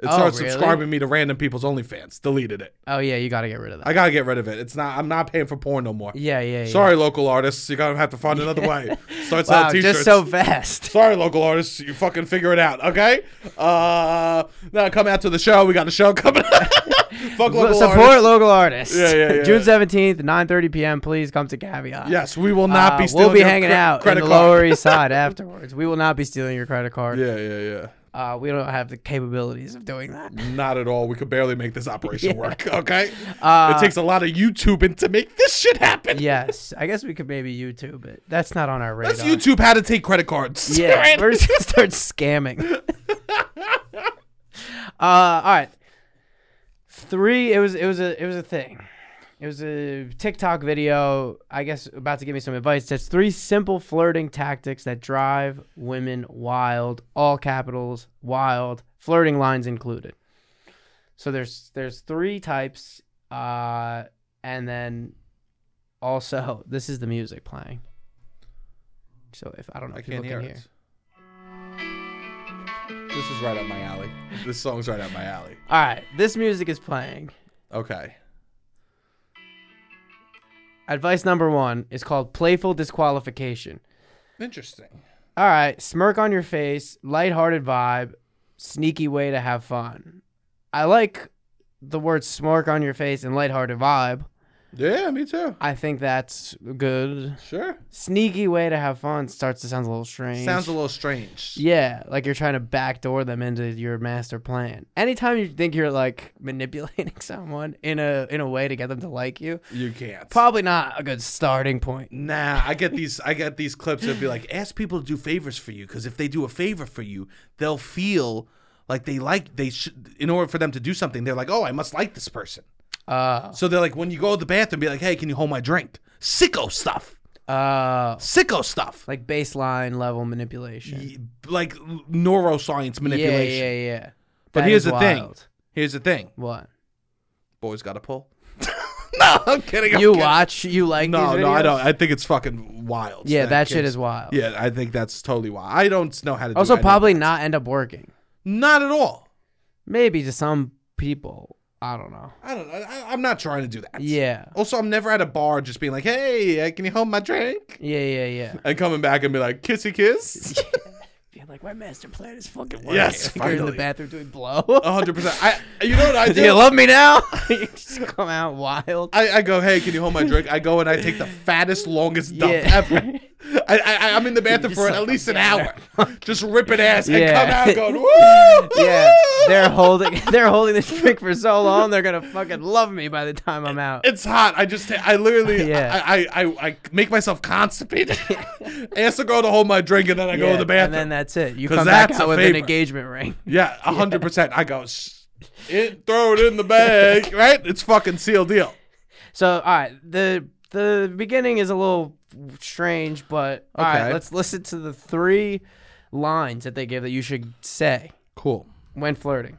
S1: It
S2: Oh,
S1: started
S2: really?
S1: subscribing me to random people's OnlyFans. Deleted it.
S2: Oh yeah, you gotta get rid of that.
S1: I gotta get rid of it. It's not. I'm not paying for porn no more.
S2: yeah, yeah. yeah.
S1: Sorry, local artists. You gotta have to find another way. Start selling
S2: Wow,
S1: t-shirts.
S2: just so fast.
S1: Sorry, local artists. You fucking figure it out, okay? Uh, now come out to the show. We got a show coming. Fuck local
S2: Support
S1: artists.
S2: local artists.
S1: Yeah, yeah, yeah.
S2: June seventeenth, nine thirty p.m. Please come to Caveat.
S1: Yes, we will not
S2: Uh,
S1: be.
S2: we'll
S1: stealing
S2: be
S1: your
S2: hanging
S1: cre-
S2: out
S1: Credit
S2: in the
S1: card.
S2: Lower East Side afterwards. We will not be stealing your credit card.
S1: Yeah, yeah, yeah.
S2: Uh, we don't have the capabilities of doing that.
S1: Not at all. We could barely make this operation work. Okay,
S2: Uh,
S1: it takes a lot of YouTubing to make this shit happen.
S2: yes, I guess we could maybe YouTube it. That's not on our radar.
S1: That's YouTube how to take credit cards.
S2: Yeah,
S1: Right?
S2: we're just gonna start scamming. uh, all right. Three. It was. It was a. It was a thing. It was a TikTok video. I guess about to give me some advice. That's three simple flirting tactics that drive women wild. All capitals wild. Flirting lines included. So there's there's three types. Uh, and then also this is the music playing. So if I don't know
S1: I
S2: if people
S1: can't hear
S2: can
S1: it. This is right up my alley. This song's right up my alley.
S2: All right, this music is playing.
S1: Okay.
S2: Advice number one is called playful disqualification.
S1: Interesting.
S2: All right, smirk on your face, lighthearted vibe, sneaky way to have fun. I like the word smirk on your face and lighthearted vibe.
S1: Yeah, me too.
S2: I think that's good.
S1: Sure.
S2: Sneaky way to have fun starts to sound a little strange.
S1: Sounds a little strange.
S2: yeah, like you're trying to backdoor them into your master plan. Anytime you think you're like manipulating someone in a in a way to get them to like you,
S1: You can't.
S2: probably not a good starting point.
S1: Nah, I get these. I get these clips that be like, ask people to do favors for you because if they do a favor for you, they'll feel like they like they should. In order for them to do something, they're like, oh, I must like this person.
S2: Uh,
S1: So they're like, when you go to the bathroom, be like, hey, can you hold my drink? Sicko stuff.
S2: uh,
S1: Sicko stuff.
S2: like baseline level manipulation.
S1: Y- Like neuroscience manipulation.
S2: Yeah, yeah, yeah.
S1: But
S2: That
S1: here's
S2: is
S1: the thing.
S2: wild.
S1: Here's the thing.
S2: What
S1: Boys got to pull. no, I'm kidding. I'm
S2: you
S1: kidding.
S2: watch? You like?
S1: No,
S2: these
S1: no, I
S2: videos?
S1: don't. I think it's fucking wild.
S2: yeah, that shit
S1: kid's-
S2: is wild.
S1: Yeah, I think that's totally wild. I don't know how to.
S2: Also,
S1: do any-
S2: probably not end up working.
S1: not at all.
S2: Maybe to some people, I don't know.
S1: I don't. I, I'm not trying to do that.
S2: Yeah,
S1: Also, I'm never at a bar just being like, "Hey, uh, can you hold my drink?"
S2: yeah, yeah, yeah.
S1: And coming back and be like, "Kissy kiss."
S2: Being like, my master plan is fucking working.
S1: Yes,
S2: Like, you're in the
S1: finally.
S2: bathroom doing blow.
S1: A hundred percent. I. You know what I
S2: Do you
S1: do?
S2: love me now? you just come out wild.
S1: I, I go, "Hey, can you hold my drink?" I go and I take the fattest, longest dump
S2: Yeah.
S1: ever. I, I, I'm in the bathroom
S2: Just
S1: for
S2: like,
S1: at least an
S2: yeah.
S1: hour, just ripping ass and
S2: Yeah.
S1: come out going, "Woo!"
S2: Yeah, they're holding they're holding this drink for so long. They're gonna fucking love me by the time I'm out.
S1: It's hot. I just, ta- I literally,
S2: Yeah.
S1: I, I, I, I make myself constipated. Ask the girl to hold my drink, and then I go to
S2: Yeah,
S1: the bathroom.
S2: And then that's it. You
S1: 'Cause
S2: come back
S1: that's
S2: out
S1: a
S2: with an
S1: favor.
S2: engagement ring.
S1: Yeah, a hundred percent. I go, "Shh, it, throw it in the bag, right? It's fucking seal deal.
S2: So all right, the the beginning is a little strange, but all right,
S1: Okay.
S2: let's listen to the three lines that they give that you should say
S1: Cool.
S2: when flirting.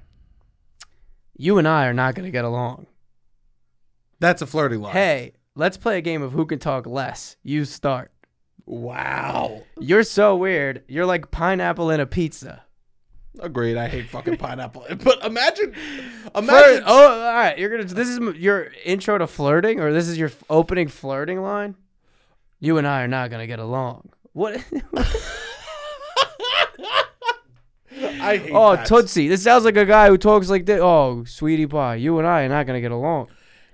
S2: You and I are not gonna get along.
S1: That's a flirty line.
S2: Hey, let's play a game of who can talk less. You start.
S1: Wow.
S2: You're so weird. You're like pineapple in a pizza.
S1: Agreed. I hate fucking pineapple. But imagine,
S2: Flirt.
S1: imagine.
S2: Oh, all right. You're gonna. This is m- your intro to flirting, or this is your f- opening flirting line. You and I are not gonna get along. What?
S1: I hate.
S2: oh,
S1: that.
S2: Tootsie. This sounds like a guy who talks like this. Oh, sweetie pie. You and I are not gonna get along.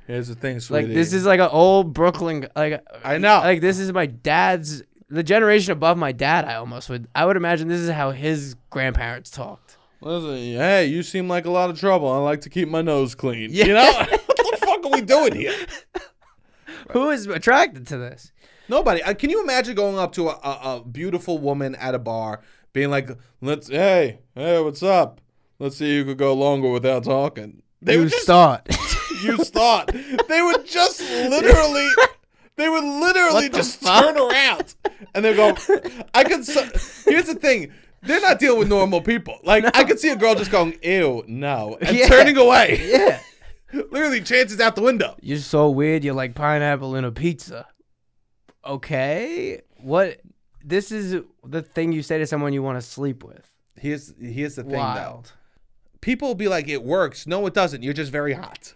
S1: Here's the thing,
S2: Like
S1: sweetie.
S2: this is like an old Brooklyn. Like
S1: I know.
S2: Like this is my dad's. The generation above my dad. I almost would. I would imagine this is how his grandparents talked.
S1: Listen, hey, you seem like a lot of trouble. I like to keep my nose clean. You know what the fuck are we doing here?
S2: Who is attracted to this?
S1: Nobody. Uh, can you imagine going up to a, a, a beautiful woman at a bar, being like, "Let's, hey, hey, what's up? Let's see who could go longer without talking." They
S2: You
S1: would just,
S2: start.
S1: you thought they would just literally, they would literally
S2: What the
S1: just
S2: fuck?
S1: turn around and they go, "I could." s Here's the thing. They're not dealing with normal people. Like I could see a girl just going, "Ew, no," and
S2: Yeah.
S1: turning away.
S2: yeah.
S1: Literally, chances out the window.
S2: You're so weird. You're like pineapple in a pizza. Okay. What? This is the thing you say to someone you want to sleep with.
S1: Here's here's the thing though.
S2: Wild.
S1: people will be like, it works. No, it doesn't. You're just very hot.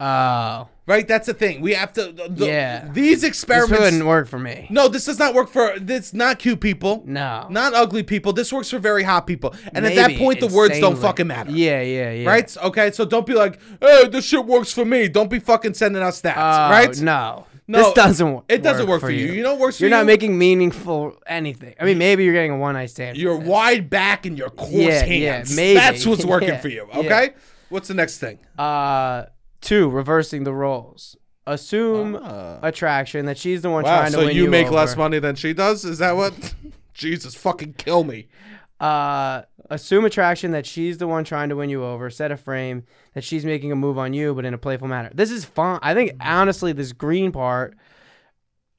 S2: Oh,
S1: Right? That's the thing. We have to. the-
S2: Yeah.
S1: These
S2: this
S1: experiments.
S2: wouldn't work for me.
S1: no, this does not work for. This not cute people.
S2: No.
S1: Not ugly people. This works for very hot people. And at that
S2: Maybe
S1: point, the words don't
S2: insanely-
S1: fucking matter.
S2: Yeah, yeah, yeah.
S1: Right? Okay, so don't be like, hey, this shit works for me. Don't be fucking sending out stats.
S2: Oh,
S1: right?
S2: No.
S1: No,
S2: this doesn't work.
S1: It doesn't work for you. You know what works
S2: You're
S1: for
S2: not
S1: you?
S2: making meaningful anything. I mean, maybe you're getting a one night stand.
S1: your wide back and your coarse
S2: Yeah, yeah,
S1: hands.
S2: maybe.
S1: That's what's working
S2: Yeah,
S1: for you.
S2: yeah.
S1: Okay? What's the next thing?
S2: Uh, two reversing the roles. Assume
S1: Ah.
S2: attraction that she's the one
S1: Wow,
S2: trying to
S1: Ah, so
S2: win
S1: you make less
S2: over.
S1: money than she does? Is that what? Jesus, fucking kill me.
S2: Uh, assume attraction that she's the one trying to win you over. Set a frame that she's making a move on you, but in a playful manner. This is fun. I think honestly, this green part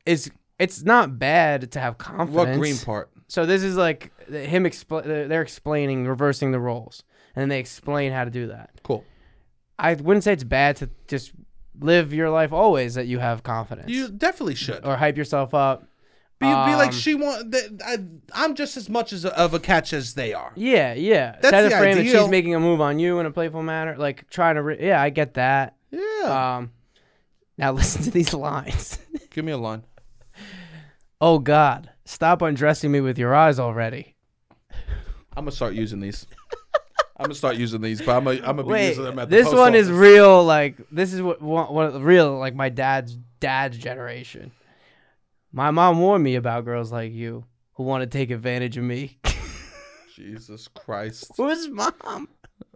S2: is it's not bad to have confidence.
S1: What green part?
S2: So this is like th- him expl- they're they're explaining reversing the roles, and then they explain how to do that.
S1: Cool.
S2: I wouldn't say it's bad to just live your life always that you have confidence
S1: You definitely should.
S2: or hype yourself up.
S1: Be, be like
S2: Um,
S1: she want. th- I, I'm just as much as of a catch as they are.
S2: Yeah, yeah.
S1: That's
S2: Set a
S1: the
S2: frame that
S1: ideal.
S2: she's making a move on you in a playful manner, like trying to. Re- yeah, I get that.
S1: Yeah.
S2: Um, now listen to these lines.
S1: Give me a line.
S2: oh God, stop undressing me with your eyes already.
S1: I'm gonna start using these. I'm gonna start using these, but I'm gonna, I'm gonna be
S2: Wait,
S1: using them at the
S2: this
S1: post
S2: one is
S1: office.
S2: real. Like this is what one, one of the real like my dad's dad's generation. My mom warned me about girls like you who want to take advantage of me.
S1: Jesus Christ.
S2: Who's mom?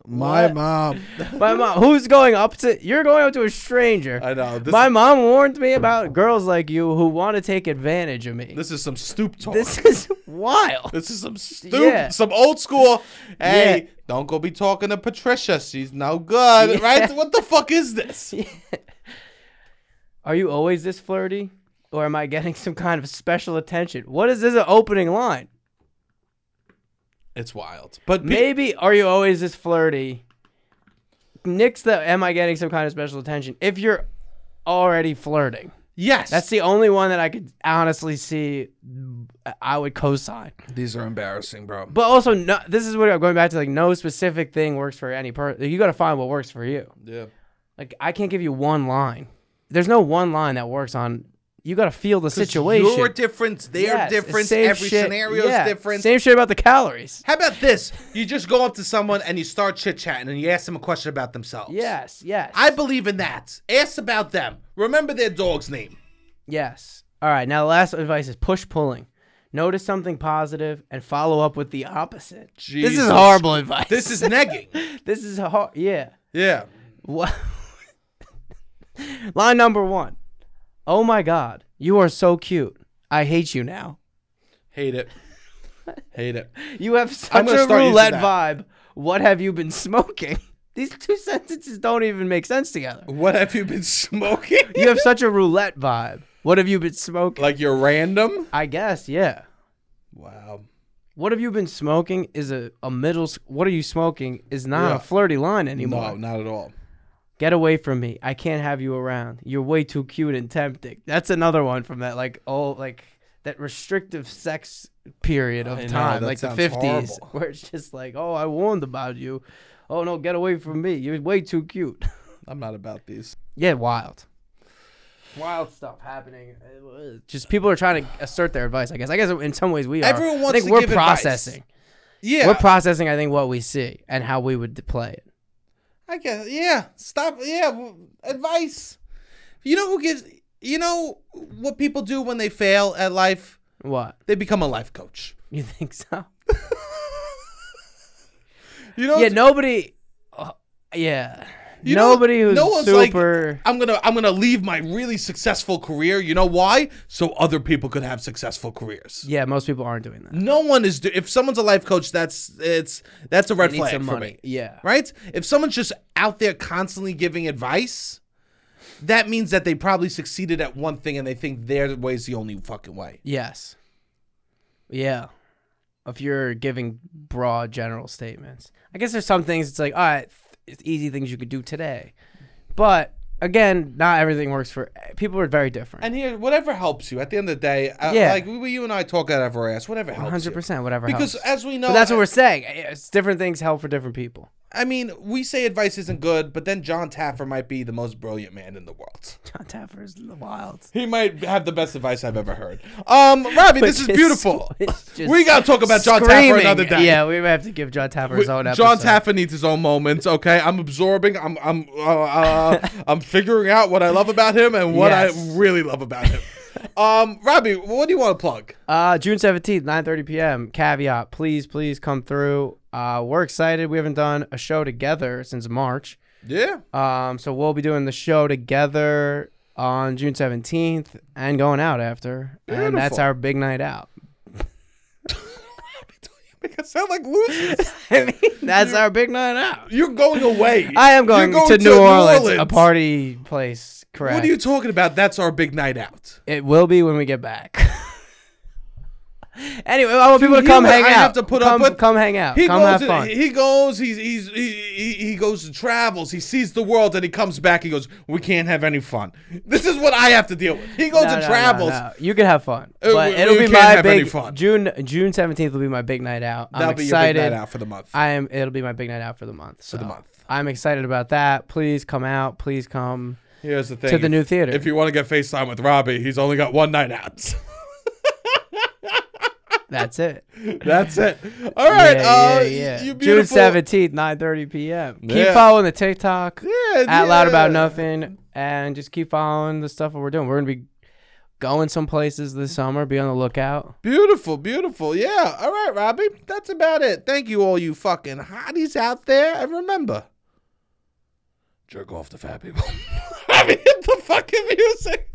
S1: My
S2: What?
S1: mom.
S2: My mom. Who's going up to? You're going up to a stranger.
S1: I know. Uh, This,
S2: my mom warned me about girls like you who want to take advantage of me.
S1: this is some stoop talk. This,
S2: This is wild.
S1: is some stoop.
S2: Yeah.
S1: Some old school. Hey, don't go be talking to Patricia. She's no good,
S2: Yeah.
S1: right? What the fuck is this?
S2: Are you always this flirty, or am I getting some kind of special attention? What is this? An opening line?
S1: It's wild. But pe-
S2: Maybe are you always this flirty? Nix the am I getting some kind of special attention? If you're already flirting,
S1: yes,
S2: that's the only one that I could honestly see I would co-sign.
S1: these are embarrassing, bro.
S2: But also, no, this is what I'm going back to. Like, no specific thing works for any person. You got to find what works for you.
S1: yeah.
S2: Like, I can't give you one line. There's no one line that works on. You got to feel the situation.
S1: You're different. They
S2: Yes,
S1: are different.
S2: same
S1: Every
S2: shit.
S1: scenario
S2: Yeah,
S1: is different.
S2: Same shit about the calories.
S1: How about this? You just go up to someone and you start chit chatting and you ask them a question about themselves.
S2: Yes, yes.
S1: I believe in that. Ask about them. Remember their dog's name.
S2: Yes. All right. Now, the last advice is push pulling. Notice something positive and follow up with the opposite. This
S1: Jesus.
S2: is horrible advice.
S1: This is negging.
S2: this is hard. Yeah.
S1: Yeah.
S2: What? Line number one. Oh my God, you are so cute. I hate you now.
S1: Hate it. Hate it.
S2: You have such
S1: gonna
S2: a
S1: start using
S2: roulette
S1: that.
S2: vibe. What have you been smoking? These two sentences don't even make sense together.
S1: What have you been smoking?
S2: You have such a roulette vibe. What have you been smoking?
S1: like you're random?
S2: I guess, yeah.
S1: Wow.
S2: What have you been smoking is a, a middle. s- What are you smoking is not
S1: Yeah.
S2: a flirty line anymore.
S1: No, not at all.
S2: Get away from me. I can't have you around. You're way too cute and tempting. That's another one from that, like, oh, like that restrictive sex period of
S1: I know,
S2: time,
S1: that
S2: like the
S1: sounds
S2: 50s,
S1: horrible.
S2: where it's just like, oh, I warned about you. Oh, no, get away from me. You're way too cute.
S1: I'm not about these.
S2: yeah, wild. Wild stuff happening. Just people are trying to assert their advice, I guess. I guess in some ways we are.
S1: Everyone wants
S2: I think
S1: to
S2: we're
S1: give advice.
S2: processing.
S1: Yeah.
S2: We're processing, I think, what we see and how we would play it.
S1: I guess. Yeah. Stop. Yeah. w- Advice. You know who gives. You know what people do when they fail at life?
S2: What?
S1: They become a life coach.
S2: You think so?
S1: You know
S2: yeah, nobody. uh, yeah,
S1: You know,
S2: nobody who's
S1: no one's like-
S2: super.
S1: I'm gonna I'm gonna leave my really successful career. You know why? So other people could have successful careers.
S2: yeah, most people aren't doing that.
S1: No one is. Do- if someone's a life coach, that's it's that's a red
S2: Need
S1: flag
S2: some
S1: for
S2: money.
S1: me,
S2: Yeah,
S1: right? If someone's just out there constantly giving advice, that means that they probably succeeded at one thing and they think their way is the only fucking way.
S2: yes, yeah. If you're giving broad general statements, I guess there's some things it's like, all right, th- it's easy things you could do today, but again, not everything works for people are very different.
S1: And here, whatever helps you. At the end of the day, I,
S2: Yeah.
S1: like we, you and I talk out of our ass. Whatever helps
S2: Hundred
S1: 100%.
S2: percent, whatever.
S1: Because
S2: helps.
S1: as we know,
S2: But that's what
S1: I-
S2: we're saying. It's different things help for different people.
S1: I mean, we say advice isn't good, but then John Taffer might be the most brilliant man in the world.
S2: John Taffer is in the wild.
S1: He might have the best advice I've ever heard. Um, Robbie, this is
S2: Which is-
S1: beautiful.
S2: it's just
S1: We gotta talk about John Taffer
S2: Screaming.
S1: another day.
S2: Yeah, we have to give John Taffer his own episode.
S1: John Taffer needs his own moments. Okay, I'm absorbing. I'm I'm uh, uh, I'm figuring out what I love about him and what
S2: Yes.
S1: I really love about him. um, Robbie, what do you want to plug?
S2: Uh, June seventeenth, nine thirty p.m. Caveat: Please, please come through. Uh, we're excited. We haven't done a show together since March.
S1: Yeah,
S2: Um, so we'll be doing the show together on June seventeenth and going out after, and that's
S1: Beautiful.
S2: our big night out.
S1: make us sound like losers.
S2: I mean, that's our big night out.
S1: You're going away.
S2: I am going,
S1: You're
S2: to, New, Orleans, a party place. Correct.
S1: What are you talking about? That's our big night out.
S2: It will be when we get back. anyway, I want people to
S1: hear
S2: come
S1: what
S2: hang
S1: I
S2: out.
S1: have to put up
S2: come,
S1: with?
S2: come hang out.
S1: He
S2: come
S1: goes.
S2: have fun.
S1: He goes. He's, he's he, he he goes and travels. He sees the world, and he comes back. He goes. We can't have any fun. This is what I have to deal with. He goes
S2: No,
S1: and
S2: no, no,
S1: travels.
S2: no. You can have fun,
S1: Uh,
S2: but
S1: we-
S2: it'll
S1: we
S2: be
S1: can't
S2: my
S1: have any
S2: big
S1: fun.
S2: June. June seventeenth will be my big night out. I'm
S1: That'll be your
S2: excited.
S1: big night out for the month.
S2: I am. It'll be my big night out for the month. So
S1: the month.
S2: I'm excited about that. Please come out. Please come.
S1: Here's the thing.
S2: the new theater.
S1: If you want to get FaceTime with Robbie, he's only got one night out.
S2: That's it.
S1: That's it. All right.
S2: yeah,
S1: uh,
S2: yeah, yeah.
S1: You
S2: June
S1: beautiful.
S2: seventeenth, nine thirty p.m. Keep
S1: Yeah.
S2: following the TikTok
S1: Yeah,
S2: at Loud
S1: yeah.
S2: About Nothing, and just keep following the stuff that we're doing. We're gonna be going some places this summer. Be on the lookout.
S1: Beautiful, beautiful. Yeah. All right, Robbie. That's about it. Thank you, all you fucking hotties out there. And remember, jerk off the fat people. I mean, hit the fucking music.